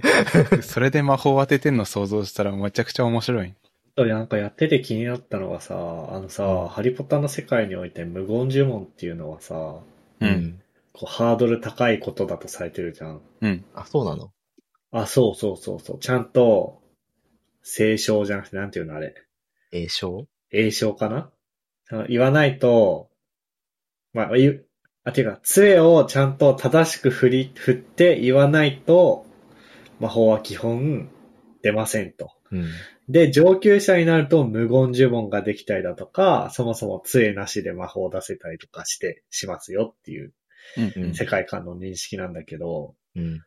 [SPEAKER 3] それで魔法を当ててんの想像したらめちゃくちゃ面白い。
[SPEAKER 1] そうなんかやってて気になったのがさ、あのさ、
[SPEAKER 2] うん
[SPEAKER 1] ハリポタの世界において無言呪文っていうのはさ、こ
[SPEAKER 3] うん。
[SPEAKER 1] うハードル高いことだとされてるじゃん。
[SPEAKER 3] うん。
[SPEAKER 2] あ、そうなの
[SPEAKER 1] あ、そうそうそうそう。ちゃんと、聖唱じゃなくて、なんていうのあれ。
[SPEAKER 2] 栄称
[SPEAKER 1] 栄唱かなその言わないと、まあ、言う、あ、ていうか、杖をちゃんと正しく振り、振って言わないと、魔法は基本出ませんと。
[SPEAKER 2] うん。
[SPEAKER 1] で、上級者になると無言呪文ができたりだとか、そもそも杖なしで魔法を出せたりとかして、しますよっていう
[SPEAKER 3] うん。
[SPEAKER 1] 世界観の認識なんだけど、
[SPEAKER 2] うん。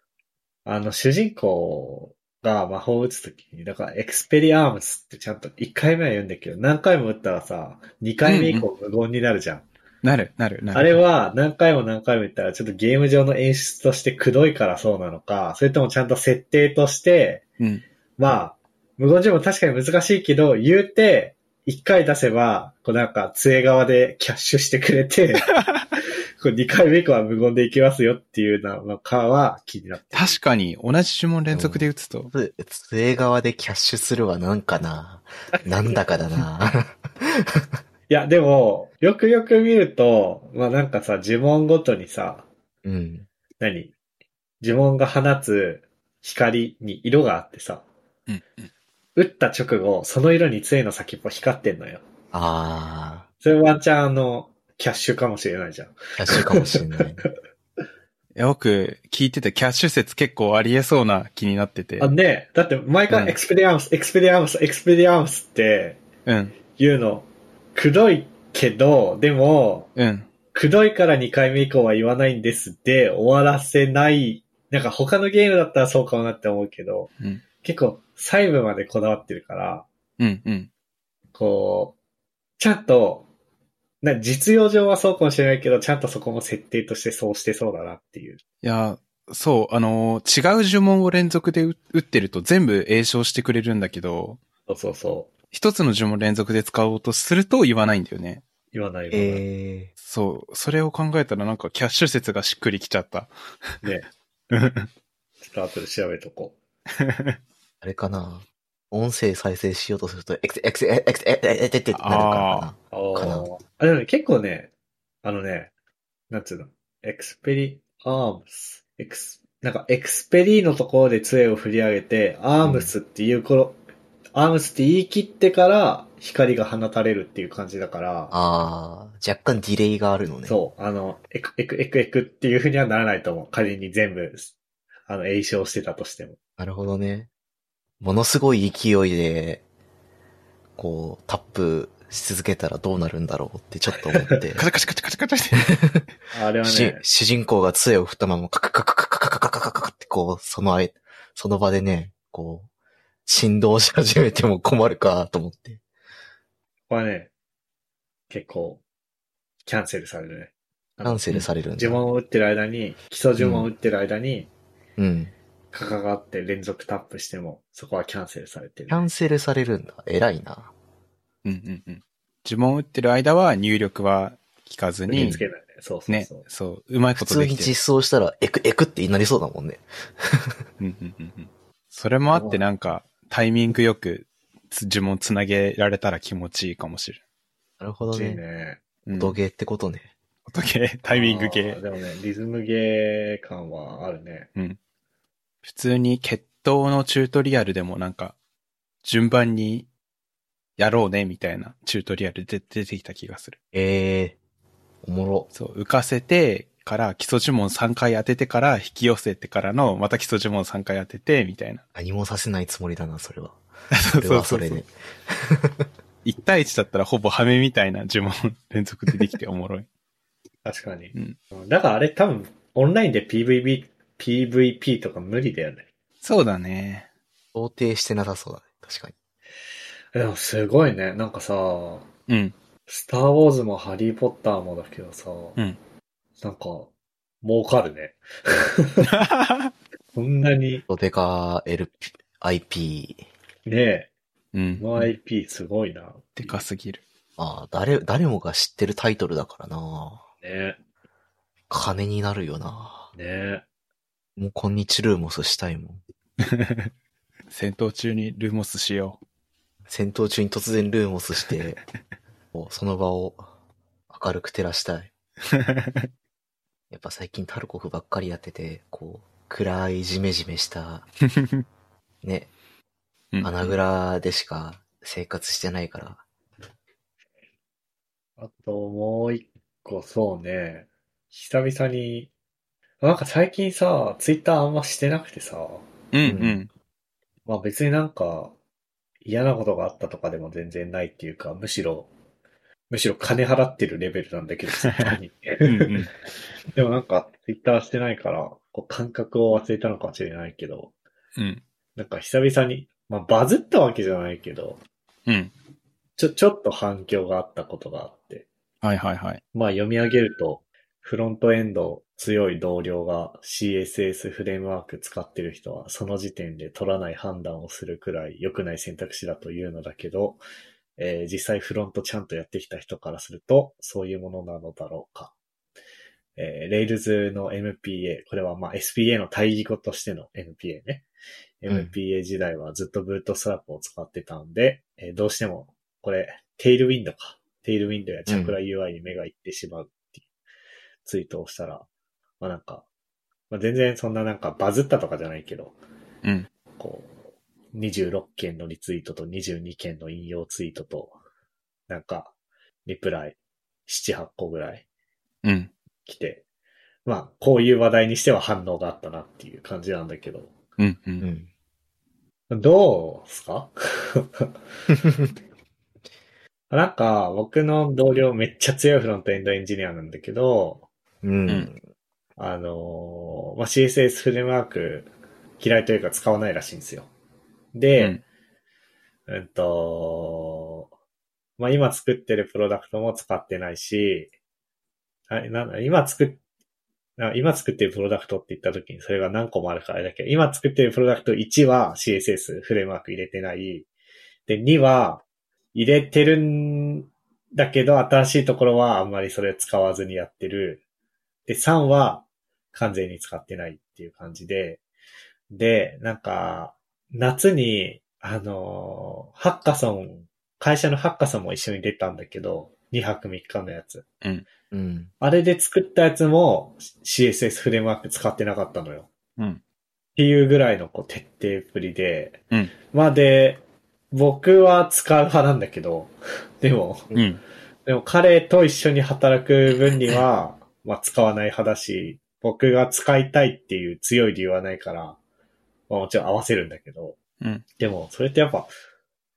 [SPEAKER 1] あの、主人公が魔法を打つときに、だからエクスペリアームスってちゃんと1回目は言うんだけど、何回も打ったらさ、2回目以降無言になるじゃん。
[SPEAKER 3] なる、なる、なる。
[SPEAKER 1] あれは何回も何回も言ったら、ちょっとゲーム上の演出としてくどいからそうなのか、それともちゃんと設定として、
[SPEAKER 3] うん。
[SPEAKER 1] まあ、無言呪文確かに難しいけど、言うて、一回出せば、こうなんか、杖側でキャッシュしてくれ
[SPEAKER 3] *laughs*
[SPEAKER 1] て、こう二回目以降は無言でいきますよっていうのかは気になってる。
[SPEAKER 3] 確かに、同じ呪文連続で打つと、
[SPEAKER 2] つ、杖側でキャッシュするはなんかな。なんだか
[SPEAKER 1] *laughs*
[SPEAKER 2] だな。
[SPEAKER 1] いや、でも、よくよく見ると、まあなんかさ、呪文ごとにさ、
[SPEAKER 2] うん。
[SPEAKER 1] 何呪文が放つ光に色があってさ、
[SPEAKER 3] うん、
[SPEAKER 1] 打った直後、その色に杖の先っぽ光ってんのよ。
[SPEAKER 2] あ
[SPEAKER 1] それワンチャンあの、キャッシュかもしれないじゃん。
[SPEAKER 2] ー、キャッシュかもし
[SPEAKER 1] *laughs*
[SPEAKER 2] れない。
[SPEAKER 3] よく聞いてて、キャッシュ説結構ありえそうな気になってて
[SPEAKER 1] あ、。ねだって毎
[SPEAKER 3] う
[SPEAKER 1] 回
[SPEAKER 3] ん
[SPEAKER 1] エクスペリアンス、エクスペリアンス、エクスペリアンスって
[SPEAKER 3] うん、
[SPEAKER 1] 言うの、くどいけど、でも、
[SPEAKER 3] うん。
[SPEAKER 1] くどいから2回目以降は言わないんですで終わらせない。なんか他のゲームだったらそうかもなって思うけど、
[SPEAKER 3] うん
[SPEAKER 1] 結構細部までこだわってるから、
[SPEAKER 3] うん、うん。
[SPEAKER 1] こう、ちゃんと、な実用上はそうかもしれないけど、ちゃんとそこも設定としてそうしてそうだなっていう。
[SPEAKER 3] いや、そう、あのー、違う呪文を連続で打打ってると全部詠唱してくれるんだけど、
[SPEAKER 1] そうそうそう。
[SPEAKER 3] 一つの呪文連続で使おうとすると言わないんだよね。
[SPEAKER 1] 言わないもの。
[SPEAKER 2] え
[SPEAKER 3] そう、それを考えたらなんかキャッシュ説がしっくりきちゃった。
[SPEAKER 1] ね
[SPEAKER 3] うん
[SPEAKER 1] ちょっと後で調べとこう。
[SPEAKER 2] ー、あれかな。音声再生しようとすると、エクセ、エクセ、エクセ、エクセ、エクセってなるから
[SPEAKER 1] あー
[SPEAKER 2] かな
[SPEAKER 1] あ、でもね、結構ね、あのね、なんつうの、エクスペリ、アームス、エクス、なんかエクスペリのところで杖を振り上げて、アームスっていう頃、アームスって言い切ってから光が放たれるっていう感じだから、
[SPEAKER 2] あー、若干ディレイがあるのね。
[SPEAKER 1] そう、あの、エク、エク、エク、エクっていう風にはならないと思う。仮に全部、あの、詠唱してたとしても。
[SPEAKER 2] なるほどね。ものすごい勢いで、こう、タップし続けたらどうなるんだろうってちょっと思って。
[SPEAKER 3] カチャカチャカチャカチャカチャって。
[SPEAKER 1] あれは
[SPEAKER 2] し
[SPEAKER 1] ね、
[SPEAKER 2] 主人公が杖を振ったままカカカカカカカカカカカカってこう、そのあい、その場でね、こう、振動し始めても困るかと思って。
[SPEAKER 1] ここはね、結構、キャンセルされるね。
[SPEAKER 2] キャンセルされるんだ。
[SPEAKER 1] 呪文を打ってる間に、基礎呪文を打ってる間に、
[SPEAKER 2] うん。
[SPEAKER 1] 関わって連続タップしても、そこはキャンセルされてる
[SPEAKER 2] キャンセルされるんだ。偉いな。
[SPEAKER 3] うんうんうん。呪文打ってる間は入力は聞かず
[SPEAKER 1] ね。身に
[SPEAKER 3] に
[SPEAKER 1] つ、けないね。そうそう
[SPEAKER 3] ね
[SPEAKER 1] そう。、
[SPEAKER 3] そう、うまい
[SPEAKER 2] 普
[SPEAKER 3] こと
[SPEAKER 2] 通
[SPEAKER 3] で
[SPEAKER 2] に
[SPEAKER 3] きてる
[SPEAKER 2] 実。装したら、エク、エクってなりそうだもんね。
[SPEAKER 3] うんうんうんうんそれもあってなんか、タイミングよくつ呪文つなげられたら気持ちいいかもしれ
[SPEAKER 2] なるほど
[SPEAKER 1] いい
[SPEAKER 2] ね。
[SPEAKER 1] ね。
[SPEAKER 3] ん。うん
[SPEAKER 2] 土ゲーってことね。
[SPEAKER 3] 音ゲー、タイミング
[SPEAKER 1] あ
[SPEAKER 3] 系
[SPEAKER 1] ー。でもね、リズムゲー感はあるね。
[SPEAKER 3] 普通に決闘のチュートリアルでもなんか、順番にやろうねみたいなチュートリアルで出てきた気がする。
[SPEAKER 2] ええおもろ。
[SPEAKER 3] そう、浮かせてから基礎呪文3回当ててから引き寄せてからのまた基礎呪文3回当ててみたいな。 *laughs*
[SPEAKER 2] 何もさせないつもりだな、それは。*laughs*
[SPEAKER 3] そ
[SPEAKER 2] それはそれで。。
[SPEAKER 3] 1対1だったらほぼハメみたいな呪文連続でできておもろい。
[SPEAKER 1] 確かに。
[SPEAKER 3] うん
[SPEAKER 1] だからあれ多分、オンラインで PVB、PVP とか無理だよね。
[SPEAKER 3] そうだね。
[SPEAKER 2] 想定してなさそうだね。確かに。
[SPEAKER 1] でもすごいね。なんかさ、
[SPEAKER 3] うん。
[SPEAKER 1] スターウォーズもハリーポッターもだけどさ、
[SPEAKER 3] うん
[SPEAKER 1] なんか、儲かる
[SPEAKER 3] *laughs*
[SPEAKER 1] ね。 *laughs* こんなに、
[SPEAKER 2] ロデカ LP、IP。
[SPEAKER 1] ねえ、
[SPEAKER 3] うん。
[SPEAKER 1] この IP すごいな。
[SPEAKER 3] でかすぎる。
[SPEAKER 2] まあ、誰、誰もが知ってるタイトルだからな。
[SPEAKER 1] ね
[SPEAKER 2] 金になるよな。
[SPEAKER 1] え、ねえ。
[SPEAKER 2] もうこんにちルーモスしたいもん。
[SPEAKER 3] 戦闘中にルーモスしよ
[SPEAKER 2] 戦闘中に突然ルーモスして、こうその場を明るく照らしたい。
[SPEAKER 3] う。
[SPEAKER 2] やっぱ最近タルコフばっかりやってて、こう、暗いジメジメした、ね、
[SPEAKER 3] うん
[SPEAKER 2] 穴蔵でしか生活してないから、
[SPEAKER 1] あともう一個、そうね。久々に、なんか最近さ、ツイッターあんましてなくてさ、
[SPEAKER 3] うんうん。
[SPEAKER 1] まあ別になんか嫌なことがあったとかでも全然ないっていうか、むしろ、むしろ金 *laughs* 払ってるレベルなんだけど、ツイッターに。
[SPEAKER 3] うんうん
[SPEAKER 1] でもなんかツイッターしてないから、こう感覚を忘れたのかもしれないけど、
[SPEAKER 3] うん。
[SPEAKER 1] なんか久々に、まあバズったわけじゃないけど、
[SPEAKER 3] うん。
[SPEAKER 1] ちょ、ちょっと反響があったことがあって、
[SPEAKER 3] はいはいはい。
[SPEAKER 1] まあ読み上げると、フロントエンド強い同僚が CSS フレームワーク使ってる人はその時点で取らない判断をするくらい良くない選択肢だというのだけど、えー実際フロントちゃんとやってきた人からするとそういうものなのだろうか。えー、Rails の MPA、これはまあ SPA の対義語としての MPA ね。
[SPEAKER 2] うん
[SPEAKER 1] MPA 時代はずっとブートストラップを使ってたんで、えーどうしてもこれ、テイルウィンドか。テイルウィンドやチャクラ UI に目がいってしまうっていうツイートをしたら、まあなんか、まあ、全然そんななんかバズったとかじゃないけど、
[SPEAKER 3] うん。
[SPEAKER 1] こう、26件のリツイートと22件の引用ツイートと、なんか、リプライ、7、8個ぐらい
[SPEAKER 3] うん。
[SPEAKER 1] 来て、まあ、こういう話題にしては反応があったなっていう感じなんだけど、
[SPEAKER 3] うん。う。
[SPEAKER 2] うんん。
[SPEAKER 1] どうすか *laughs* なんか、僕の同僚めっちゃ強いフロントエンドエンジニアなんだけど、
[SPEAKER 2] うん。
[SPEAKER 3] ん
[SPEAKER 1] あのーまあ、CSS フレームワーク嫌いというか使わないらしいんですよ。で、うん、と、まあ、今作ってるプロダクトも使ってないし、あなんだ今作っな今作ってるプロダクトって言った時にそれが何個もあるからあれだけど、今作ってるプロダクト1は CSS フレームワーク入れてない。で、2は入れてるんだけど、新しいところはあんまりそれ使わずにやってる。で、3は完全に使ってないっていう感じで、で、なんか、夏に、あのーハッカソン、会社のハッカソンも一緒に出たんだけど、2泊3日のやつ。
[SPEAKER 2] うん。
[SPEAKER 1] あれで作ったやつも CSS フレームワーク使ってなかったのよ。
[SPEAKER 3] うん。
[SPEAKER 1] っていうぐらいのこう徹底っぷりで、
[SPEAKER 3] うん
[SPEAKER 1] まあで、僕は使う派なんだけど、 *laughs* でも、
[SPEAKER 3] うん。
[SPEAKER 1] でも彼と一緒に働く分には、 *laughs* まあ使わない派だし、僕が使いたいっていう強い理由はないから、まあもちろん合わせるんだけど、
[SPEAKER 3] うん
[SPEAKER 1] でもそれってやっぱ、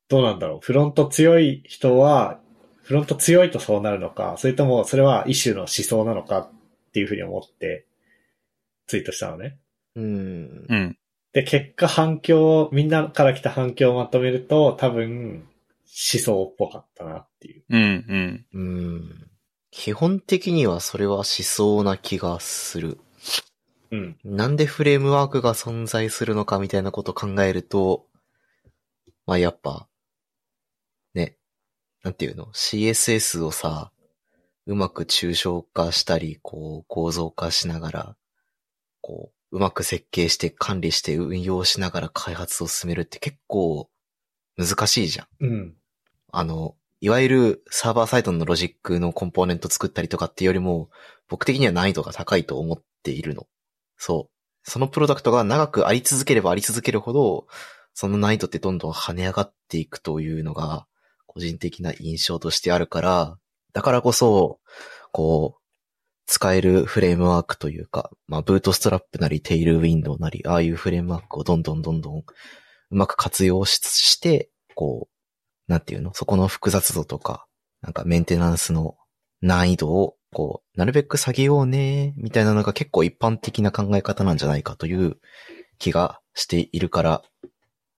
[SPEAKER 1] どうなんだろう。フロント強い人は、フロント強いとそうなるのか、それともそれは一種の思想なのかっていうふうに思って、ツイートしたのね。
[SPEAKER 2] うん。
[SPEAKER 3] うん。
[SPEAKER 1] で、結果反響、みんなから来た反響をまとめると、多分、思想っぽかったなっていう。
[SPEAKER 3] うん。うん。
[SPEAKER 2] うん。基本的にはそれはしそうな気がする。
[SPEAKER 1] うん。
[SPEAKER 2] なんでフレームワークが存在するのかみたいなことを考えると、まあやっぱ、ね、なんていうの ?CSS をさ、うまく抽象化したり、こう構造化しながら、こう、うまく設計して管理して運用しながら開発を進めるって結構難しいじゃん。
[SPEAKER 1] うん。
[SPEAKER 2] あの、いわゆるサーバーサイドのロジックのコンポーネント作ったりとかっていうよりも、僕的には難易度が高いと思っているの。そう。そのプロダクトが長くあり続ければあり続けるほど、その難易度ってどんどん跳ね上がっていくというのが、個人的な印象としてあるから、だからこそ、こう、使えるフレームワークというか、まあ、ブートストラップなり、テイルウィンドウなり、ああいうフレームワークをどんどんどんどん、うまく活用しして、こう、なんていうのそこの複雑度とか、なんかメンテナンスの難易度を、こう、なるべく下げようね、みたいなのが結構一般的な考え方なんじゃないかという気がしているから、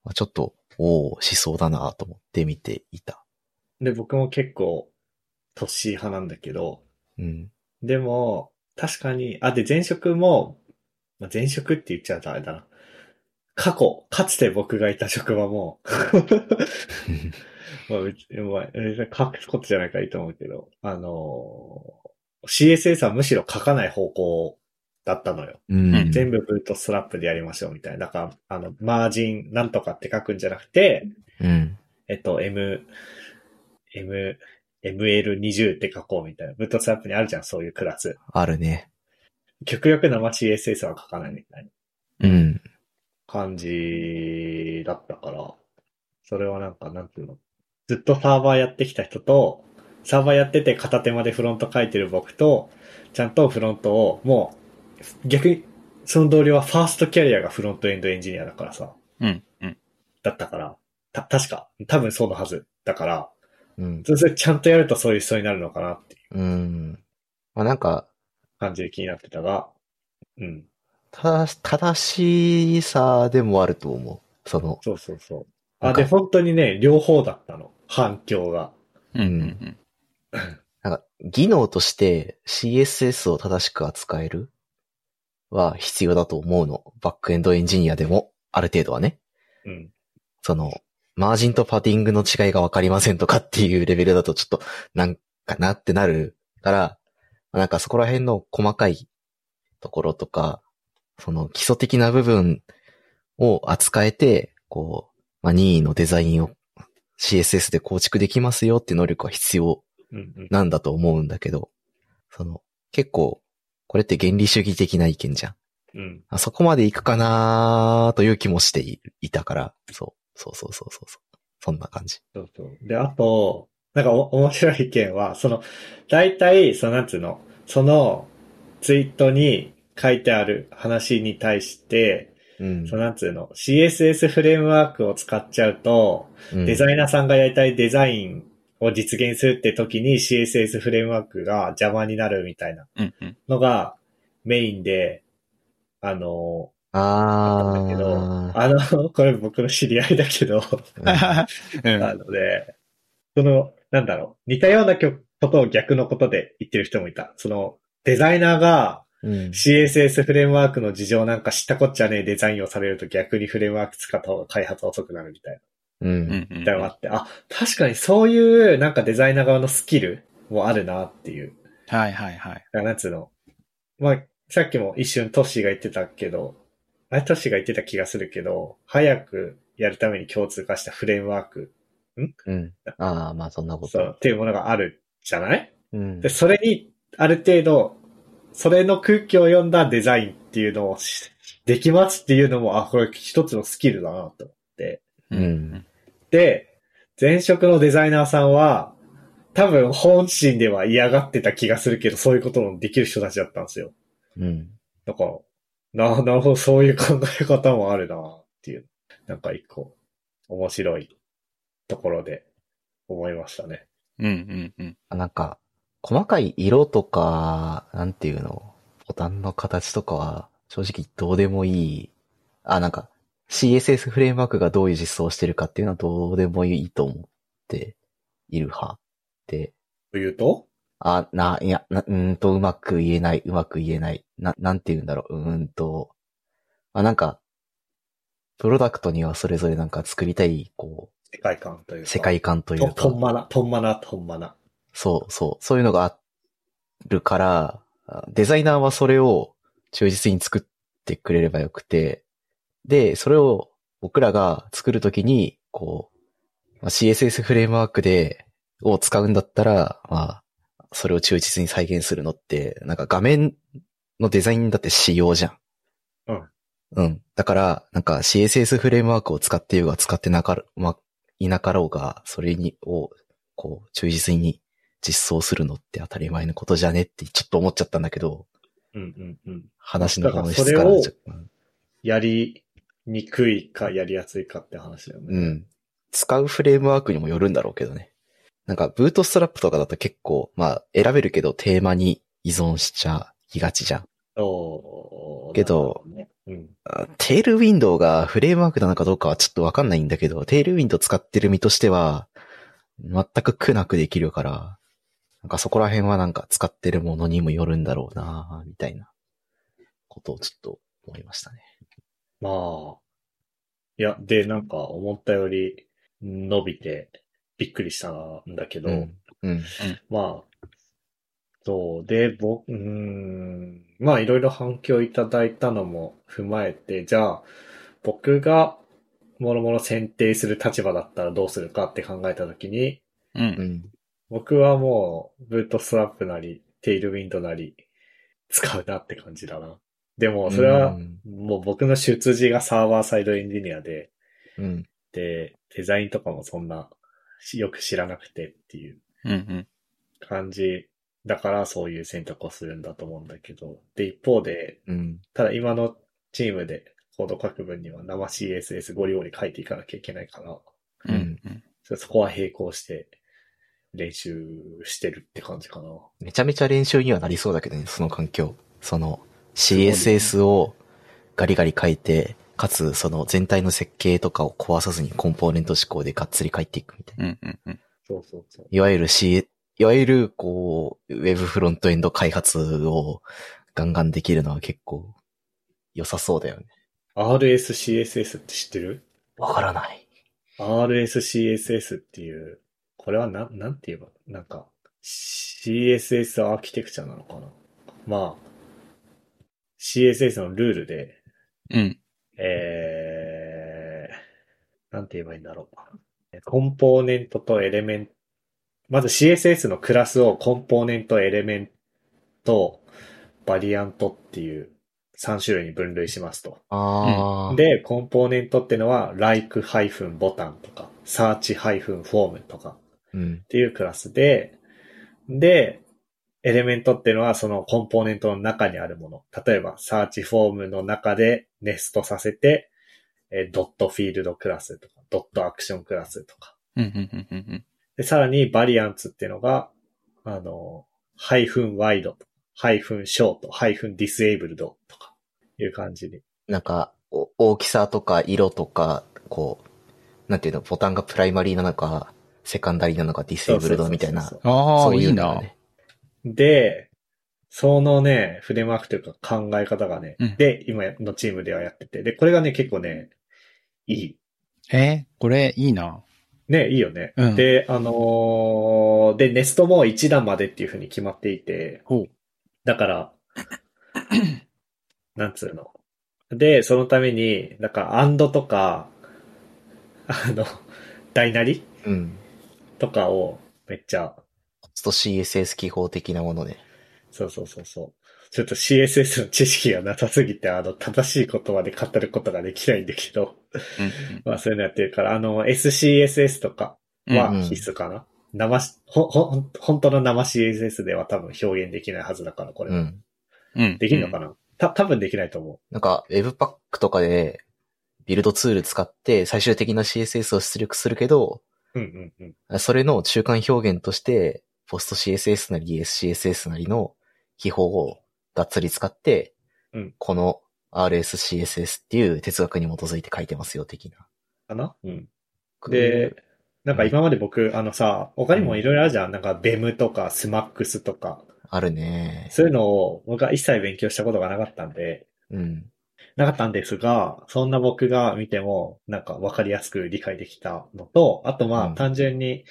[SPEAKER 2] まあちょっと、おお、しそうだなと思って見ていた。
[SPEAKER 1] で、僕も結構、年派なんだけど、
[SPEAKER 2] うん。
[SPEAKER 1] でも、確かに、あ、で、前職も、まあ前職って言っちゃうとあれだな。過去、かつて僕がいた職場も、 *laughs* まあ、別にまあ別に書くことじゃないからいいと思うけど、あのー CSS はむしろ書かない方向だったのよ。
[SPEAKER 2] うん。
[SPEAKER 1] 全部ブートストラップでやりましょうみたいな。だから、あの、マージンなんとかって書くんじゃなくて、
[SPEAKER 2] うん。
[SPEAKER 1] えっと、M、M、ML20 って書こうみたいな。ブットスラップにあるじゃん、そういうクラス。
[SPEAKER 2] あるね。
[SPEAKER 1] 極力生 CSS は書かないみたいな
[SPEAKER 2] うん。
[SPEAKER 1] 感じだったから、それはなんか、なんていうの。ずっとサーバーやってきた人と、サーバーやってて片手間でフロント書いてる僕と、ちゃんとフロントを、もう、逆に、その同僚はファーストキャリアがフロントエンドエンジニアだからさ、
[SPEAKER 3] うん。うん。
[SPEAKER 1] だったから、た、確か、多分そうのはず。だから、
[SPEAKER 2] うん。
[SPEAKER 1] それちゃんとやるとそういう人になるのかなっていう
[SPEAKER 2] うん。まあ、なんか、
[SPEAKER 1] 感じで気になってたが、うん。
[SPEAKER 2] た、正しさでもあると思う。その、
[SPEAKER 1] そうそうそう。
[SPEAKER 2] な
[SPEAKER 1] あ、
[SPEAKER 2] んか
[SPEAKER 1] で、本当にね、両方だったの。反響が。
[SPEAKER 3] うんうん
[SPEAKER 2] なんか、技能として CSS を正しく扱えるは必要だと思うの。バックエンドエンジニアでも、ある程度はね。
[SPEAKER 1] うん。
[SPEAKER 2] その、マージンとパティングの違いがわかりませんとかっていうレベルだとちょっと、なんかなってなるから、なんかそこら辺の細かいところとか、その基礎的な部分を扱えて、こう、まあ、任意のデザインを CSS で構築できますよって能力は必要
[SPEAKER 1] うんうん。
[SPEAKER 2] なんだと思うんだけど、その、結構、これって原理主義的な意見じゃん。
[SPEAKER 1] うん。
[SPEAKER 2] あそこまで行くかなーという気もしていいたから、そう、そうそうそうそうそう。そんな感じ。
[SPEAKER 1] そうそう。で、あと、なんかお面白い意見は、その、大体、その、なんつうの、その、ツイートに書いてある話に対して、
[SPEAKER 2] うん。
[SPEAKER 1] その、なんつうの、CSS フレームワークを使っちゃうと、
[SPEAKER 2] うん
[SPEAKER 1] デザイナーさんがやりたいデザインを実現するって時に CSS フレームワークが邪魔になるみたいな
[SPEAKER 3] うんうん
[SPEAKER 1] のがメインで、あの、
[SPEAKER 2] あ
[SPEAKER 1] だけど、
[SPEAKER 2] ー。
[SPEAKER 1] あの、 *laughs* これ僕の知り合いだけど、
[SPEAKER 3] うん
[SPEAKER 1] なので、その、なんだろう、似たような曲ことを逆のことで言ってる人もいた。その、デザイナーが
[SPEAKER 2] うんうん
[SPEAKER 1] CSS フレームワークの事情なんか知ったこっちゃねえデザインをされると逆にフレームワーク使った方が開発遅くなるみたいな。
[SPEAKER 2] う。
[SPEAKER 3] うんんうん
[SPEAKER 1] みたいなのがあって、あ、確かにそういうなんかデザイナー側のスキルもあるなっていう。
[SPEAKER 3] はいはいはい。
[SPEAKER 1] だからなんつうの。まあ、さっきも一瞬トッシーが言ってたけど、あれトッシーが言ってた気がするけど、早くやるために共通化したフレームワーク、
[SPEAKER 2] うん。あー、まあそんなこ
[SPEAKER 1] そう
[SPEAKER 2] と。、
[SPEAKER 1] っていうものがあるじゃない
[SPEAKER 2] うん
[SPEAKER 1] で、。それに、ある程度、それの空気を読んだデザインっていうのをしできますっていうのも、あ、これ一つのスキルだなと思って。
[SPEAKER 2] うん
[SPEAKER 1] で、前職のデザイナーさんは、多分本心では嫌がってた気がするけど、そういうことのできる人たちだったんですよ。
[SPEAKER 2] うん。
[SPEAKER 1] だから、な、 *laughs* なるほど、そういう考え方もあるなっていう、なんか一個、面白いところで思いましたね。
[SPEAKER 3] うんうんうん。
[SPEAKER 2] なんか、細かい色とか、なんていうの、ボタンの形とかは、正直どうでもいい。あ、なんか、CSS フレームワークがどういう実装をしてるかっていうのはどうでもいいと思っている派。で、
[SPEAKER 1] というと
[SPEAKER 2] あ、な、いや、な、うーんと、うまく言えない、うまく言えない。な、なんて言うんだろう、うーんと。あ、なんか、プロダクトにはそれぞれなんか作りたい、こ
[SPEAKER 1] 世界観という
[SPEAKER 2] う、
[SPEAKER 1] か。
[SPEAKER 2] 世界観とい
[SPEAKER 1] と
[SPEAKER 2] うか
[SPEAKER 1] と。んまな、とんまな、とんまな。
[SPEAKER 2] そうそう。そういうのがあるから、あデザイナーはそれを忠実に作ってくれればよくて、で、それを僕らが作るときに、こう、まあ CSS フレームワークで、を使うんだったら、まあ、それを忠実に再現するのって、なんか画面のデザインだって仕様じゃん。
[SPEAKER 1] うん。
[SPEAKER 2] うん。だから、なんか CSS フレームワークを使ってようが使ってなかる、まあ、いなかろうが、それに、を、こう、忠実に実装するのって当たり前のことじゃねってちょっと思っちゃったんだけど、
[SPEAKER 1] うんうんうん。
[SPEAKER 2] 話の本質
[SPEAKER 1] だ
[SPEAKER 2] か
[SPEAKER 1] から
[SPEAKER 2] ら
[SPEAKER 1] それをやりにくいか、やりやすいかって話だよね。
[SPEAKER 2] うん。使うフレームワークにもよるんだろうけどね。なんか、ブートストラップとかだと結構、まあ、選べるけどテーマに依存しちゃいがちじゃん。
[SPEAKER 1] そう。
[SPEAKER 2] けど
[SPEAKER 1] なるほね、
[SPEAKER 2] あテールウィンドウがフレームワークなのかどうかはちょっとわかんないんだけど、テールウィンドウ使ってる身としては、全く苦なくできるから、なんかそこら辺はなんか使ってるものにもよるんだろうなみたいなことをちょっと思いましたね。
[SPEAKER 1] うん。まあ。いや、で、なんか思ったより伸びてびっくりしたんだけど、
[SPEAKER 2] うん。うん。
[SPEAKER 1] まあ。そう。で、僕、うーん。まあ、いろいろ反響いただいたのも踏まえて、じゃあ、僕が、もろもろ選定する立場だったらどうするかって考えたときに、
[SPEAKER 3] う。
[SPEAKER 2] うんん。
[SPEAKER 1] 僕はもう、ブートストラップなり、テイルウィンドなり、使うなって感じだな。でも、それは
[SPEAKER 2] う、ん
[SPEAKER 1] もう僕の出自がサーバーサイドエンジニアで、
[SPEAKER 2] うん。
[SPEAKER 1] で、デザインとかもそんな、しよく知らなくてっていう
[SPEAKER 3] うんうん。
[SPEAKER 1] 感じだから、そういう選択をするんだと思うんだけど、で、一方で、
[SPEAKER 2] うん。
[SPEAKER 1] ただ今のチームでコード書く分には生 CSS ゴリゴリ書いていかなきゃいけないから、
[SPEAKER 3] うんうん。
[SPEAKER 1] そそこは並行して練習してるって感じかな。
[SPEAKER 2] めちゃめちゃ練習にはなりそうだけどね、その環境。その CSS をガリガリ書いて、かつその全体の設計とかを壊さずにコンポーネント思考でがっつり書いていくみたいな。
[SPEAKER 3] うんうんうん。
[SPEAKER 1] そうそうそう。
[SPEAKER 2] いわゆる C、いわゆるこう、ウェブフロントエンド開発をガンガンできるのは結構良さそうだよね。
[SPEAKER 1] RS、CSS って知ってる
[SPEAKER 2] わからない。
[SPEAKER 1] RSCSS っていう、これはな、なんて言えば、なんか、CSS アーキテクチャなのかなまあ、CSS のルールで、
[SPEAKER 3] うん。
[SPEAKER 1] えー、なんて言えばいいんだろう。コンポーネントとエレメント、まず CSS のクラスをコンポーネント、エレメント、バリアントっていう3種類に分類しますと。
[SPEAKER 2] あー、
[SPEAKER 1] で、コンポーネントってのは、like-ボタンとか、search-form とか
[SPEAKER 2] うん。
[SPEAKER 1] っていうクラスで、で、エレメントってのはそのコンポーネントの中にあるもの。例えば、search フォームの中でネストさせて、えードットフィールドクラスとか、ドットアクションクラスとか。
[SPEAKER 3] うんうんうんうんうん。
[SPEAKER 1] で、さらにバリアンツっていうのが、あの、ハイフンワイド、ハイフンショート、ハイフンディスエイブルドとか、いう感じに。
[SPEAKER 2] なんか、お大きさとか色とか、こう、なんていうの、ボタンがプライマリーなのか、セカンダリーなのか、ディセーブルドみたいな。
[SPEAKER 1] そうそうそうそう
[SPEAKER 3] ああ、
[SPEAKER 2] そう
[SPEAKER 3] い
[SPEAKER 2] い
[SPEAKER 3] いう
[SPEAKER 2] のが
[SPEAKER 3] な。
[SPEAKER 2] ね。
[SPEAKER 1] で、そのね、フレームワークというか考え方がね、
[SPEAKER 3] うん
[SPEAKER 1] で、今のチームではやってて、で、これがね、結構ね、いい。
[SPEAKER 3] えーこれいいな。
[SPEAKER 1] ね、いいよね。
[SPEAKER 3] うん
[SPEAKER 1] で、あのーで、ネストも1段までっていう風に決まっていて、
[SPEAKER 3] ほう。
[SPEAKER 1] だ
[SPEAKER 3] *laughs*
[SPEAKER 1] から、なんつうの。で、そのために、なんか、アンドとか、あの、大なり
[SPEAKER 2] うん。
[SPEAKER 1] とかをめっちゃ、
[SPEAKER 2] ちょっと CSS 記法的なもので。
[SPEAKER 1] そうそうそうそう。ちょっと CSS の知識がなさすぎて、あの、正しい言葉で語ることができないんだけど、 *laughs* まあそういうのやってるから、あの、SCSS とか
[SPEAKER 3] うんうん
[SPEAKER 1] は必須かな。生し、ほ、ほ、本当の生 CSS では多分表現できないはずだから、これ。
[SPEAKER 2] うん。
[SPEAKER 3] うん。
[SPEAKER 1] できるのかな、た、多分できないと思
[SPEAKER 2] なんか、Webpack とかで、ビルドツール使って最終的な CSS を出力するけど、
[SPEAKER 1] う。うんうんうん。
[SPEAKER 2] それの中間表現として、ポスト CSS なり SCSS なりの記法をがっつり使って、
[SPEAKER 1] うん
[SPEAKER 2] この RSCSS っていう哲学に基づいて書いてますよ、的な。
[SPEAKER 1] かなうん。で、なんか今まで僕、あのさ、他にもいろいろあるじゃん。なんか、ベムとか、スマックスとか、
[SPEAKER 2] あるね。
[SPEAKER 1] そういうのを僕は一切勉強したことがなかったんで、
[SPEAKER 2] うん。
[SPEAKER 1] なかったんですが、そんな僕が見ても、なんかわかりやすく理解できたのと、あとまあ
[SPEAKER 2] うん
[SPEAKER 1] 単純に、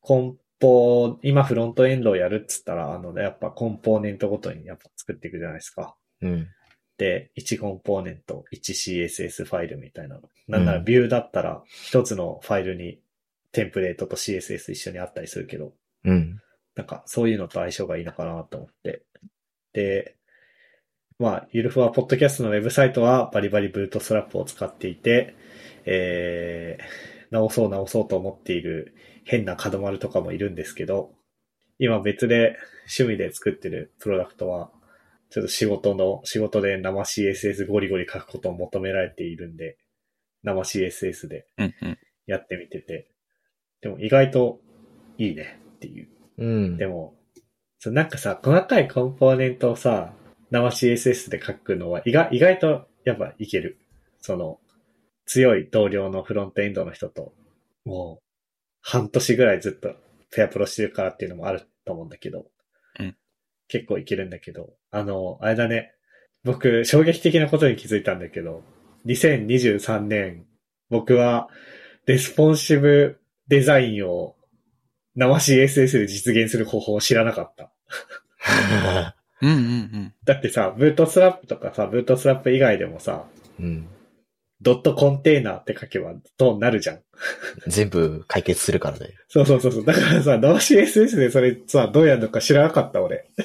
[SPEAKER 1] コンポ、今フロントエンドをやるっつったら、あのね、やっぱコンポーネントごとにやっぱ作っていくじゃないですか。
[SPEAKER 2] うん。
[SPEAKER 1] で、1コンポーネント、1CSS ファイルみたいなの。なんなら
[SPEAKER 2] うん
[SPEAKER 1] ビューだったら、一つのファイルにテンプレートと CSS 一緒にあったりするけど、
[SPEAKER 2] うん。
[SPEAKER 1] なんか、そういうのと相性がいいのかなと思って。で、まあ、ゆるふわポッドキャストのウェブサイトはバリバリブートストラップを使っていて、えー、直そう直そうと思っている変な角丸とかもいるんですけど、今別で趣味で作ってるプロダクトは、ちょっと仕事の、仕事で生 CSS ゴリゴリ書くことを求められているんで、生 CSS で
[SPEAKER 3] うんうん。
[SPEAKER 1] やってみてて、でも意外といいねっていう。
[SPEAKER 2] うん。
[SPEAKER 1] でも、そうなんかさ、細かいコンポーネントをさ、生 CSS で書くのは意外意外とやっぱいける。その、強い同僚のフロントエンドの人と、もう、半年ぐらいずっとペアプロしてるからっていうのもあると思うんだけど、
[SPEAKER 3] うん
[SPEAKER 1] 結構いけるんだけど、あの、あれだね、僕、衝撃的なことに気づいたんだけど、2023年、僕は、レスポンシブデザインを生 CSS で実現する方法を知らなかった。
[SPEAKER 3] うんうん
[SPEAKER 1] だってさ、ブートストラップとかさ、ブートストラップ以外でもさ、
[SPEAKER 2] *laughs* うん。
[SPEAKER 1] ドットコンテーナーって書けばどうなるじゃん。
[SPEAKER 2] 全部解決するからだよ。
[SPEAKER 1] そうそうそうそう。だからさ、生 CSS でそれさ、どうやるのか知らなかった俺。
[SPEAKER 3] う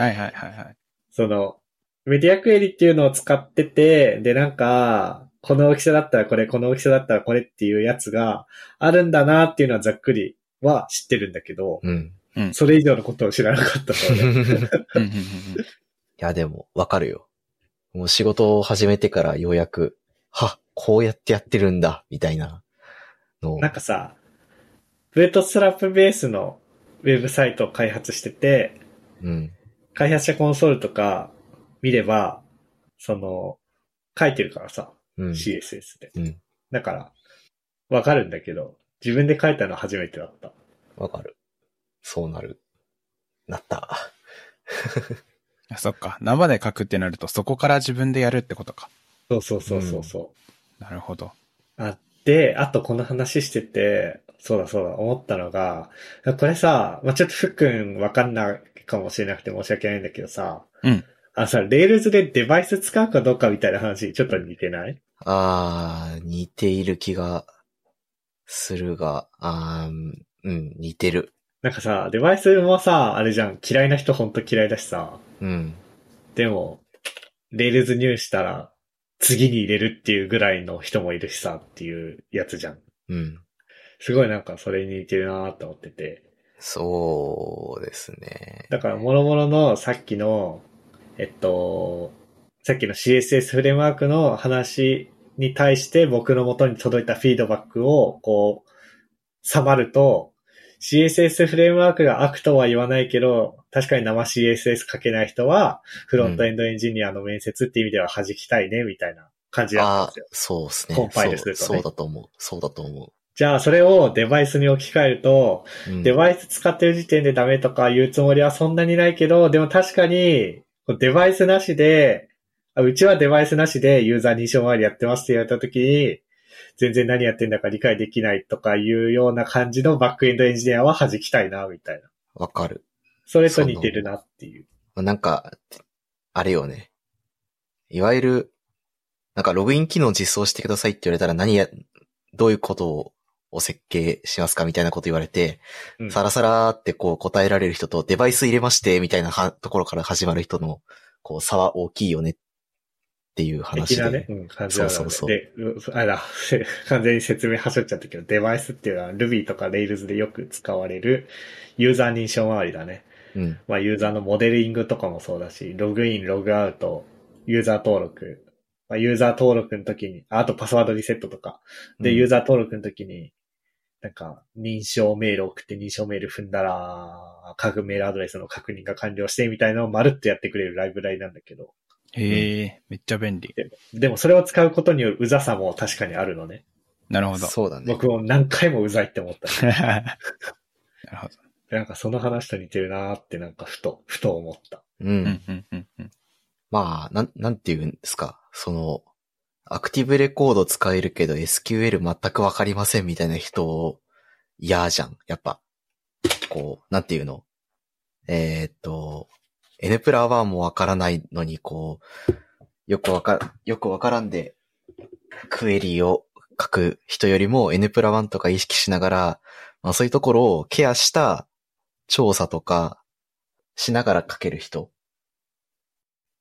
[SPEAKER 3] ん。はいはいはい *laughs* はい。
[SPEAKER 1] その、メディアクエリっていうのを使ってて、で、なんか、この大きさだったらこれ、この大きさだったらこれっていうやつがあるんだなっていうのはざっくりは知ってるんだけど、
[SPEAKER 2] うん。
[SPEAKER 1] それ以上のことを知らなかったの俺。
[SPEAKER 2] *laughs* い
[SPEAKER 3] うんうん
[SPEAKER 2] や、でも、わかるよ。もう仕事を始めてからようやく、は、こうやってやってるんだ、みたいなのを
[SPEAKER 1] なんかさ、ブートストラップベースのウェブサイトを開発してて、
[SPEAKER 2] うん。
[SPEAKER 1] 開発者コンソールとか見れば、その、書いてるからさ、
[SPEAKER 2] うん。
[SPEAKER 1] CSS で。
[SPEAKER 2] うん。
[SPEAKER 1] だから、わかるんだけど、自分で書いたの初めてだった。
[SPEAKER 2] わかる。そうなる。なった。
[SPEAKER 3] あそっか。生で書くってなると、そこから自分でやるってことか。
[SPEAKER 1] そうそうそうそうそう。
[SPEAKER 3] なるほど。
[SPEAKER 1] あ、で、あとこの話してて、そうだそうだ、思ったのが、これさ、まあ、ちょっとふっくんわかんないかもしれなくて申し訳ないんだけどさ、
[SPEAKER 3] うん。
[SPEAKER 1] あのさ、レールズでデバイス使うかどうかみたいな話、ちょっと似てない
[SPEAKER 2] あー、似ている気がするが、あーうん、似てる。
[SPEAKER 1] なんかさ、デバイスもさ、あれじゃん、嫌いな人ほんと嫌いだしさ、
[SPEAKER 2] うん。
[SPEAKER 1] でも、レールズ入したら、次に入れるっていうぐらいの人もいるしさ、っていうやつじゃん。
[SPEAKER 2] うん。
[SPEAKER 1] すごいなんかそれに似てるなと思ってて。
[SPEAKER 2] そうですね。
[SPEAKER 1] だから、諸々のさっきの、えっと、さっきの CSS フレームワークの話に対して僕の元に届いたフィードバックを、こう、さまると、CSS フレームワークが悪とは言わないけど、確かに生 CSS 書けない人は、フロントエンドエンジニアの面接っていう意味では弾きたいね、みたいな感じだったん
[SPEAKER 2] あ
[SPEAKER 1] ですよ。
[SPEAKER 2] そうですね。
[SPEAKER 1] コンパイルするとね
[SPEAKER 2] そう。そうだと思う。そうだと思
[SPEAKER 1] じゃあ、それをデバイスに置き換えると、
[SPEAKER 2] う。うん、
[SPEAKER 1] デバイス使ってる時点でダメとか言うつもりはそんなにないけど、でも確かに、こうデバイスなしで、あうちはデバイスなしでユーザー認証周りやってますって言われた時に、全然何やってんだか理解できないとかいうような感じのバックエンドエンジニアは弾きたいな、みたいな。
[SPEAKER 2] わかる。
[SPEAKER 1] それと似てるなっていう。
[SPEAKER 2] まあなんか、あれよね。いわゆる、なんかログイン機能実装してくださいって言われたら何や、どういうことをを設計しますかみたいなこと言われて、
[SPEAKER 1] うん
[SPEAKER 2] サラサラーってこう答えられる人とデバイス入れましてみたいなはところから始まる人のこう差は大きいよねっていう話
[SPEAKER 1] 的
[SPEAKER 2] で。
[SPEAKER 1] なね、うん、感じなので。
[SPEAKER 2] そうそうそう
[SPEAKER 1] で、うあれだ、 *laughs* 完全に説明はしょっちゃったけど、デバイスっていうのは Ruby とか Rails でよく使われるユーザー認証周りだね。
[SPEAKER 2] うん。
[SPEAKER 1] まあ、ユーザーのモデリングとかもそうだし、ログイン、ログアウト、ユーザー登録、まあ、ユーザー登録の時に、ああとパスワードリセットとか、で、ユー
[SPEAKER 2] ザ
[SPEAKER 1] ザー登録の時に、なんか、認証メール送って認証メール踏んだら、各メールアドレスの確認が完了してみたいなのをまるっとやってくれるライブラリなんだけど、
[SPEAKER 3] へえ、めっちゃ便利。
[SPEAKER 1] でもそれを使うことによるうざさも確かにあるのね。
[SPEAKER 3] なる
[SPEAKER 2] ー
[SPEAKER 3] ほど。
[SPEAKER 2] そうだね。
[SPEAKER 1] 僕も何回もうざいって思った。
[SPEAKER 3] *laughs* なるほど。
[SPEAKER 1] なんかその話と似てるなーってなんかふと、ふと思った。
[SPEAKER 2] う。
[SPEAKER 3] うんん、うん、うん、うん。
[SPEAKER 2] まあ、なん、なんて言うんですか。その、アクティブレコード使えるけど SQL 全くわかりませんみたいな人を、嫌じゃん。やっぱ、こう、なんていうの。えーっと、N プラ1もわからないのに、こう、よくわか、よくわからんで、クエリを書く人よりも N プラ1とか意識しながら、まあそういうところをケアした調査とかしながら書ける人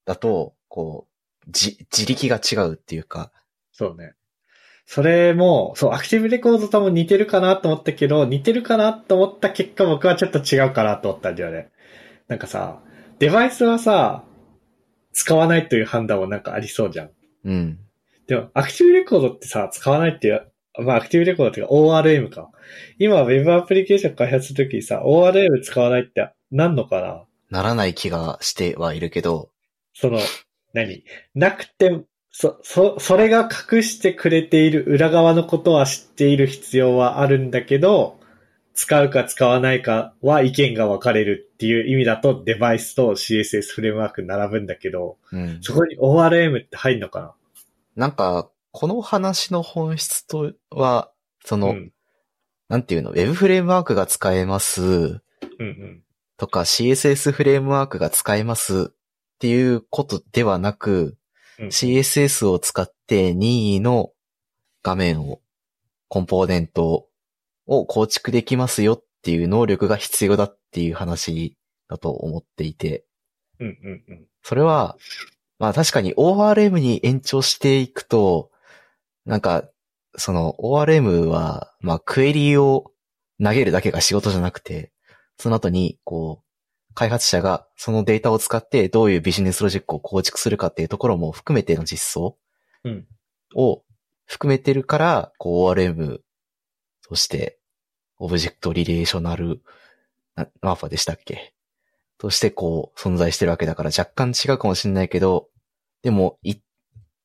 [SPEAKER 2] だと、こう、じ、自力が違うっていうか、
[SPEAKER 1] そうね。それも、そう、アクティブレコードとも似てるかなと思ったけど、似てるかなと思った結果、僕はちょっと違うかなと思ったんだよね。なんかさ、デバイスはさ、使わないという判断もなんかありそうじゃん。
[SPEAKER 2] うん。
[SPEAKER 1] でも、アクティブレコードってさ、使わないっていう、まあ、アクティブレコードっていうか ORM か。今、Web アプリケーション開発するときにさ、ORM 使わないってなんのかな
[SPEAKER 2] ならない気がしてはいるけど、
[SPEAKER 1] その、何なくて、そ、そ、それが隠してくれている裏側のことは知っている必要はあるんだけど、使うか使わないかは意見が分かれるっていう意味だとデバイスと CSS フレームワーク並ぶんだけど、
[SPEAKER 2] うん。
[SPEAKER 1] そこに ORM って入んのか
[SPEAKER 2] なんか、この話の本質とは、そ
[SPEAKER 1] な
[SPEAKER 2] の、
[SPEAKER 1] うん。
[SPEAKER 2] なんていうの、ウェブフレームワークが使えます
[SPEAKER 1] うんうん。
[SPEAKER 2] とか CSS フレームワークが使えますっていうことではなく、
[SPEAKER 1] うん
[SPEAKER 2] CSS を使って任意の画面を、コンポーネントを構築できますよっていう能力が必要だっていう話だと思っていて、
[SPEAKER 1] うんうんうん。
[SPEAKER 2] それは、まあ確かに ORM に延長していくと、なんか、その ORM は、まあクエリを投げるだけが仕事じゃなくて、その後に、こう、開発者がそのデータを使ってどういうビジネスロジックを構築するかっていうところも含めての実装
[SPEAKER 1] うん
[SPEAKER 2] を含めてるから、こう ORM として、オブジェクトリレーショナル、なマーファでしたっけとしてこう存在してるわけだから若干違うかもしれないけど、でも、い、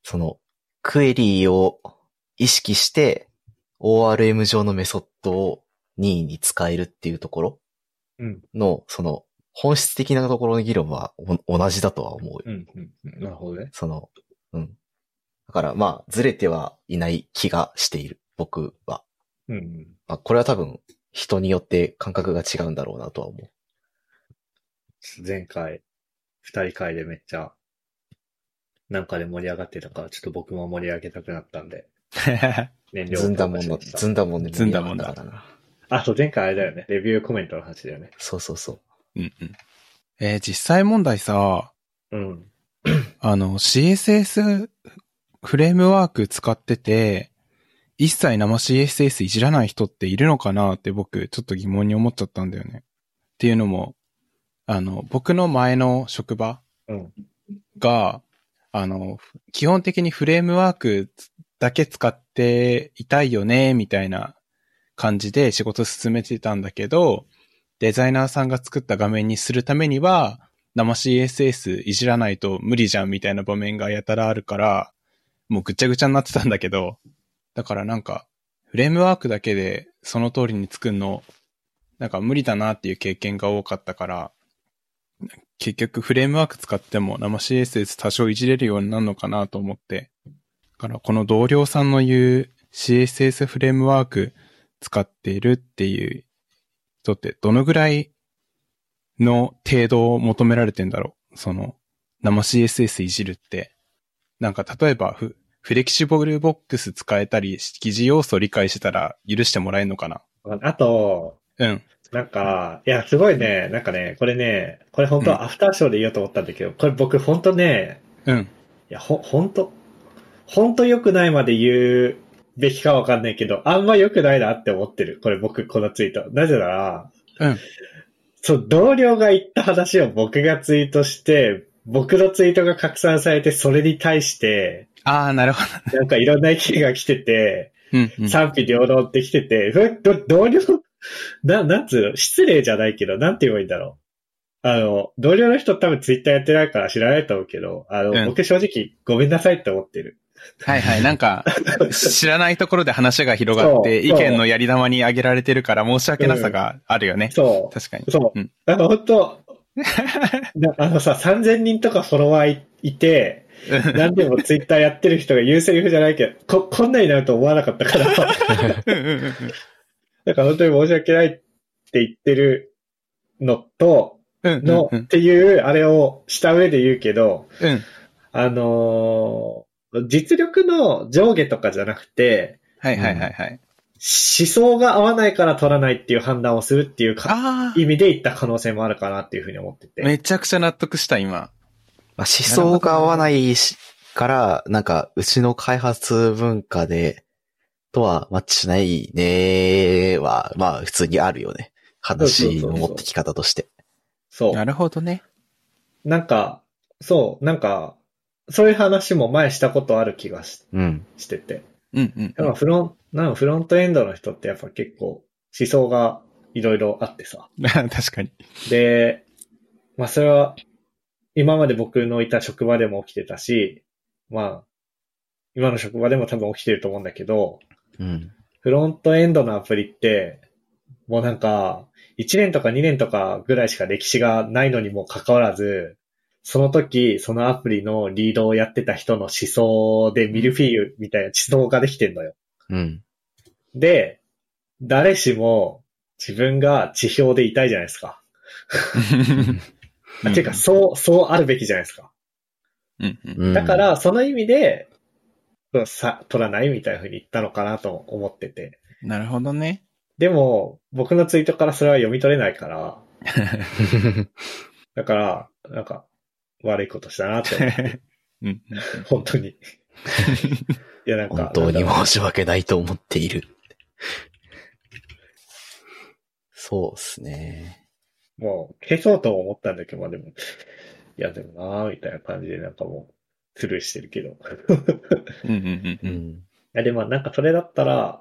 [SPEAKER 2] その、クエリーを意識して、ORM 上のメソッドを任意に使えるっていうところ
[SPEAKER 1] うん。
[SPEAKER 2] の、その、本質的なところの議論はお同じだとは思うよ。
[SPEAKER 1] うん。うん。なるほどね。
[SPEAKER 2] その、うん。だから、まあ、ずれてはいない気がしている。僕は。
[SPEAKER 1] うんうん。
[SPEAKER 2] まあ、これは多分、人によって感覚が違うんだろうなとは思う。
[SPEAKER 1] 前回、二人会でめっちゃ、なんかで盛り上がってたから、ちょっと僕も盛り上げたくなったんで、燃料を
[SPEAKER 2] ずんだもん
[SPEAKER 1] 投
[SPEAKER 2] の、
[SPEAKER 1] 下しました
[SPEAKER 2] ずんだもんで
[SPEAKER 3] ずんだもんだ
[SPEAKER 2] 盛り上がったからな。
[SPEAKER 1] あと前回あれだよね。レビューコメントの話だよね。
[SPEAKER 2] そうそうそう。
[SPEAKER 3] *laughs* うんうん。えー実際問題さ、
[SPEAKER 1] うん。
[SPEAKER 3] あの、CSS フレームワーク使ってて、一切生 CSS いじらない人っているのかなって僕、ちょっと疑問に思っちゃったんだよね。っていうのも、あの、僕の前の職場
[SPEAKER 1] うん
[SPEAKER 3] が、あの、基本的にフレームワークだけ使っていたいよね、みたいな感じで仕事進めてたんだけど、デザイナーさんが作った画面にするためには、生 CSS いじらないと無理じゃんみたいな場面がやたらあるから、もうぐちゃぐちゃになってたんだけど、だからなんか、フレームワークだけでその通りに作るの、なんか無理だなっていう経験が多かったから、結局フレームワーク使っても生 CSS 多少いじれるようになるのかなと思って、だからこの同僚さんの言う CSS フレームワーク使っているっていう人ってどのぐらいの程度を求められてんだろう。その、生 CSS いじるって。なんか例えばフ、フレキシブルボックス使えたり、記事要素理解してたら許してもらえるのかな
[SPEAKER 1] あと、
[SPEAKER 3] うん。
[SPEAKER 1] なんか、いや、すごいね、なんかね、これね、これ本当
[SPEAKER 3] うん
[SPEAKER 1] アフターショーで言おうと思ったんだけど、これ僕本当ね、
[SPEAKER 3] うん。
[SPEAKER 1] いや、ほ、本当本当良くないまで言うべきかわかんないけど、あんま良くないなって思ってる。これ僕、このツイート。なぜなら、
[SPEAKER 3] うん。
[SPEAKER 1] そう、同僚が言った話を僕がツイートして、僕のツイートが拡散されて、それに対して、
[SPEAKER 3] ああ、なるほど。
[SPEAKER 1] なんかいろんな意見が来てて、
[SPEAKER 3] うん、うん。
[SPEAKER 1] 賛否両論ってきてて、 *laughs* ふど同僚、な、なんつうの、失礼じゃないけど、なんて言えばいいんだろう。あの、同僚の人多分ツイッターやってないから知らないと思うけど、あの、
[SPEAKER 3] うん
[SPEAKER 1] 僕正直ごめんなさいって思ってる。
[SPEAKER 3] はいはい。なんか、知らないところで話が広がって、意
[SPEAKER 1] そうそう
[SPEAKER 3] 見のやり玉に挙げられてるから申し訳なさがあるよね。
[SPEAKER 1] そ
[SPEAKER 3] 確かに
[SPEAKER 1] う、。そう。
[SPEAKER 3] うん
[SPEAKER 1] あの、本
[SPEAKER 3] *laughs*
[SPEAKER 1] 当なあのさ、3000人とかフォロワーいい
[SPEAKER 3] *laughs*
[SPEAKER 1] て、何でもツイッターやってる人が言うセリフじゃないけど、こ、こんなになると思わなかったから。 *laughs*
[SPEAKER 3] うんうんうんうん
[SPEAKER 1] だから本当に申し訳ないって言ってるのと、
[SPEAKER 3] うん
[SPEAKER 1] の、
[SPEAKER 3] う
[SPEAKER 1] っ
[SPEAKER 3] ん
[SPEAKER 1] ていう、あれをした上で言うけど、
[SPEAKER 3] うん。
[SPEAKER 1] あのー実力の上下とかじゃなくて、
[SPEAKER 3] はいはいはいはい。
[SPEAKER 1] 思想が合わないから取らないっていう判断をするっていうか
[SPEAKER 3] あ
[SPEAKER 1] 意味で言った可能性もあるかなっていうふうに思って
[SPEAKER 3] あ、
[SPEAKER 1] て。
[SPEAKER 3] めちゃくちゃ納得した、今。
[SPEAKER 2] まあ、思想が合わないしから、なんか、うちの開発文化で、とはマッチしないねーは、まあ、普通にあるよね。話の持ってき方として。
[SPEAKER 1] そう。
[SPEAKER 3] なるほどね。
[SPEAKER 1] なんか、そう、なんか、そういう話も前したことある気がし
[SPEAKER 2] うん。
[SPEAKER 1] してて。
[SPEAKER 3] うんうん
[SPEAKER 1] やっぱフロン、なんかフロントエンドの人ってやっぱ結構思想がいろいろあってさ。
[SPEAKER 3] うん。 *laughs* 確
[SPEAKER 1] *laughs*
[SPEAKER 3] かに。
[SPEAKER 1] で、まあそれは、今まで僕のいた職場でも起きてたし、まあ、今の職場でも多分起きてると思うんだけど、
[SPEAKER 2] うん。
[SPEAKER 1] フロントエンドのアプリって、もうなんか、1年とか2年とかぐらいしか歴史がないのにもかかわらず、その時、そのアプリのリードをやってた人の思想でミルフィーユみたいな地層ができてんのよ。
[SPEAKER 2] うん。
[SPEAKER 1] で、誰しも自分が地表でいたいじゃないですか。
[SPEAKER 3] うん
[SPEAKER 1] ていうか、そう、そうあるべきじゃないですか。
[SPEAKER 3] うんうん
[SPEAKER 2] うん
[SPEAKER 1] だか、ら、その意味で、うんさ、取らないみたいな風に言ったのかなと思ってて。
[SPEAKER 3] なるほどね。
[SPEAKER 1] でも、僕のツイートからそれは読み取れないから、だから、なんか、悪いことしたなって思う、
[SPEAKER 3] *laughs* うん
[SPEAKER 2] *laughs*
[SPEAKER 1] 本当に。いや、なんか
[SPEAKER 2] *laughs* 本、当に
[SPEAKER 1] なんだろ
[SPEAKER 2] 申し訳ないと思っている。そうですね。
[SPEAKER 1] うもう、消そうとも思ったんだけど、まあでも、いや、でもなーみたいな感じで、なんかもう、スルーしてるけど。
[SPEAKER 3] うんうんう
[SPEAKER 2] うんん。
[SPEAKER 1] いや、でもなんかそれだったら、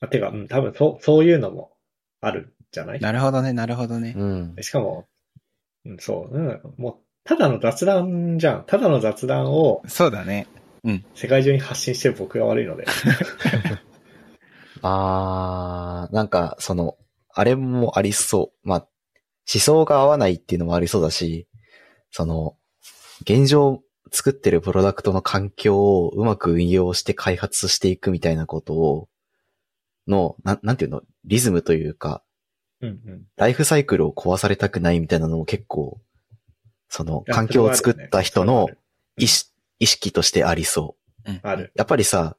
[SPEAKER 1] あ、てか、うん、多分そう、そういうのもあるんじゃない
[SPEAKER 3] なるほどね、なるほどね。
[SPEAKER 2] うん。
[SPEAKER 1] しかも、うん、そう、うん、もう、ただの雑談じゃん。ただの雑談を、
[SPEAKER 3] そうだね。うん
[SPEAKER 1] 世界中に発信してる僕が悪いので。
[SPEAKER 2] あー、なんか、その、あれもありそう。まあ、思想が合わないっていうのもありそうだし、その、現状作ってるプロダクトの環境をうまく運用して開発していくみたいなことを、の、なん、なんていうの、リズムというか、
[SPEAKER 1] *laughs* うんうん。
[SPEAKER 2] ライフサイクルを壊されたくないみたいなのも結構、その、環境を作った人の意識意識としてありそう。
[SPEAKER 3] うん
[SPEAKER 1] ある。
[SPEAKER 2] やっぱりさ、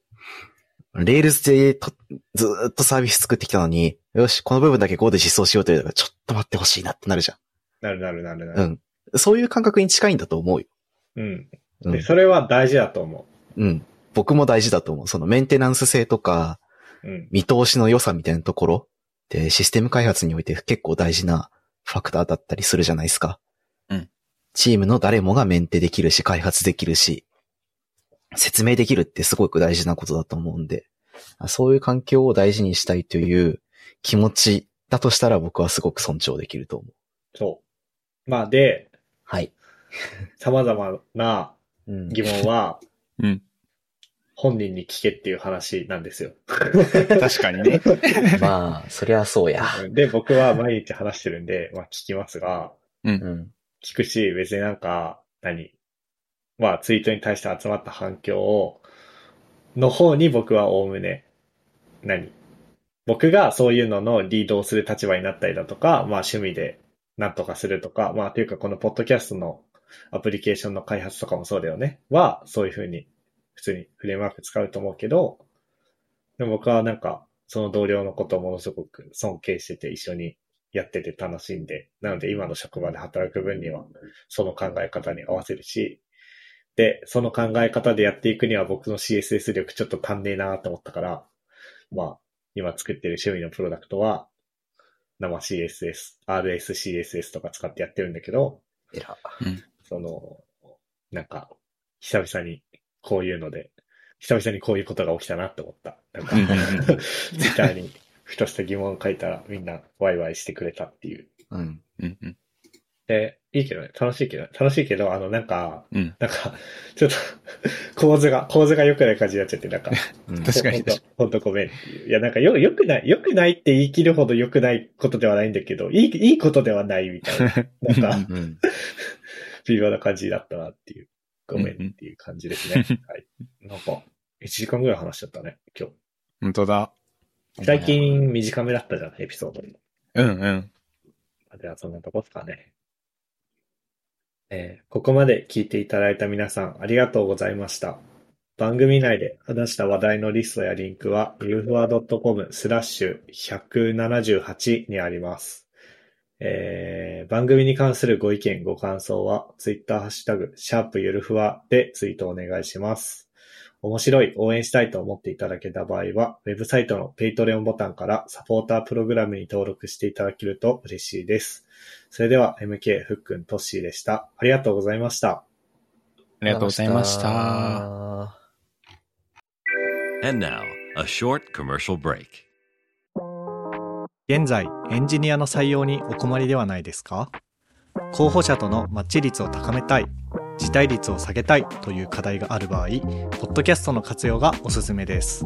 [SPEAKER 2] レールズでとずーっとサービス作ってきたのに、よし、この部分だけ Go で実装しようというのが、ちょっと待ってほしいなってなるじゃ
[SPEAKER 1] なるなるなる
[SPEAKER 2] ん。う
[SPEAKER 1] なる。
[SPEAKER 2] ん。そういう感覚に近いんだと思うよ。
[SPEAKER 1] うん。
[SPEAKER 2] う
[SPEAKER 1] で、
[SPEAKER 2] ん。
[SPEAKER 1] それは大事だと思
[SPEAKER 2] うん。僕も大事だと思う。そのメンテナンス性とか、
[SPEAKER 1] う。うん。
[SPEAKER 2] 見通しの良さみたいなところで、システム開発において結構大事なファクターだったりするじゃないですか。
[SPEAKER 3] うん。
[SPEAKER 2] チームの誰もがメンテできるし、開発できるし、説明できるってすごく大事なことだと思うんで、あそういう環境を大事にしたいという気持ちだとしたら僕はすごく尊重できると思う。
[SPEAKER 1] そう。まあ、で、
[SPEAKER 2] はい。
[SPEAKER 1] 様々な
[SPEAKER 2] うん。
[SPEAKER 1] 疑問は、 *laughs*
[SPEAKER 3] うん。
[SPEAKER 1] 本人に聞けっていう話なんですよ。
[SPEAKER 3] 確かにね。
[SPEAKER 2] まあ、そりゃそうや。
[SPEAKER 1] で、僕は毎日話してるんで、まあ聞きますが、
[SPEAKER 2] うん。
[SPEAKER 1] 聞くし、別になんか、何まあツイートに対して集まった反響を、の方に僕はおおむね、何僕がそういうののリードをする立場になったりだとか、まあ趣味でなんとかするとか、まあというかこのポッドキャストのアプリケーションの開発とかもそうだよね。は、そういうふうに普通にフレームワーク使うと思うけど、でも僕はなんか、その同僚のことをものすごく尊敬してて一緒にやってて楽しんで、なので今の職場で働く分には、その考え方に合わせるし、で、その考え方でやっていくには僕の CSS 力ちょっと足んねえなと思ったから、まあ、今作ってる趣味のプロダクトは、生 CSS、RSCSS とか使ってやってるんだけど、
[SPEAKER 2] えら。
[SPEAKER 1] その、なんか、久々にこういうので、久々にこういうことが起きたなって思った。なんか
[SPEAKER 3] *laughs* うんうんうん、
[SPEAKER 1] ツイッターにふとした疑問を書いたらみんなワイワイしてくれたっていう。
[SPEAKER 2] うん。
[SPEAKER 3] うんうん
[SPEAKER 1] で、いいけどね、楽しいけど、楽しいけど、あの、なんか、
[SPEAKER 3] うん
[SPEAKER 1] なんか、ちょっと、 *laughs* 構図が、構図が良くない感じになっちゃって、なん *laughs* か、
[SPEAKER 2] うん
[SPEAKER 3] 確かに
[SPEAKER 1] ほんとほんとごめんっていう。いや、なんかよ、良くない、良くないって言い切るほど良くないことではないんだけど、いい、いいことではないみた *laughs* いな、なんか、
[SPEAKER 2] うん。
[SPEAKER 1] 微妙な感じだったなっていう、ごめ
[SPEAKER 3] うんうん
[SPEAKER 1] んっていう感じですね。 *laughs* はい。なんか、1時間ぐらい話しちゃったね、今日。
[SPEAKER 3] 本当だ。
[SPEAKER 1] 最近短めだったじゃん、エピソード。
[SPEAKER 3] うんうん。
[SPEAKER 1] ではそんなとこですかね。えーここまで聞いていただいた皆さんありがとうございました。番組内で話した話題のリストやリンクは ufwa.com スラッシュ178にあります。えー番組に関するご意見、ご感想は Twitter ハッシュタグ、シャープゆるふわでツイートお願いします。面白い、応援したいと思っていただけた場合は、ウェブサイトのペイトレオンボタンからサポータープログラムに登録していただけると嬉しいです。それでは MK ふっくんトッシーでした。ありがとうございました。
[SPEAKER 3] ありがとうございました。
[SPEAKER 4] And now, a short commercial break.
[SPEAKER 5] 現在エンジニアの採用にお困りではないですか候補者とのマッチ率を高めたい辞退率を下げたいという課題がある場合ポッドキャストの活用がおすすめです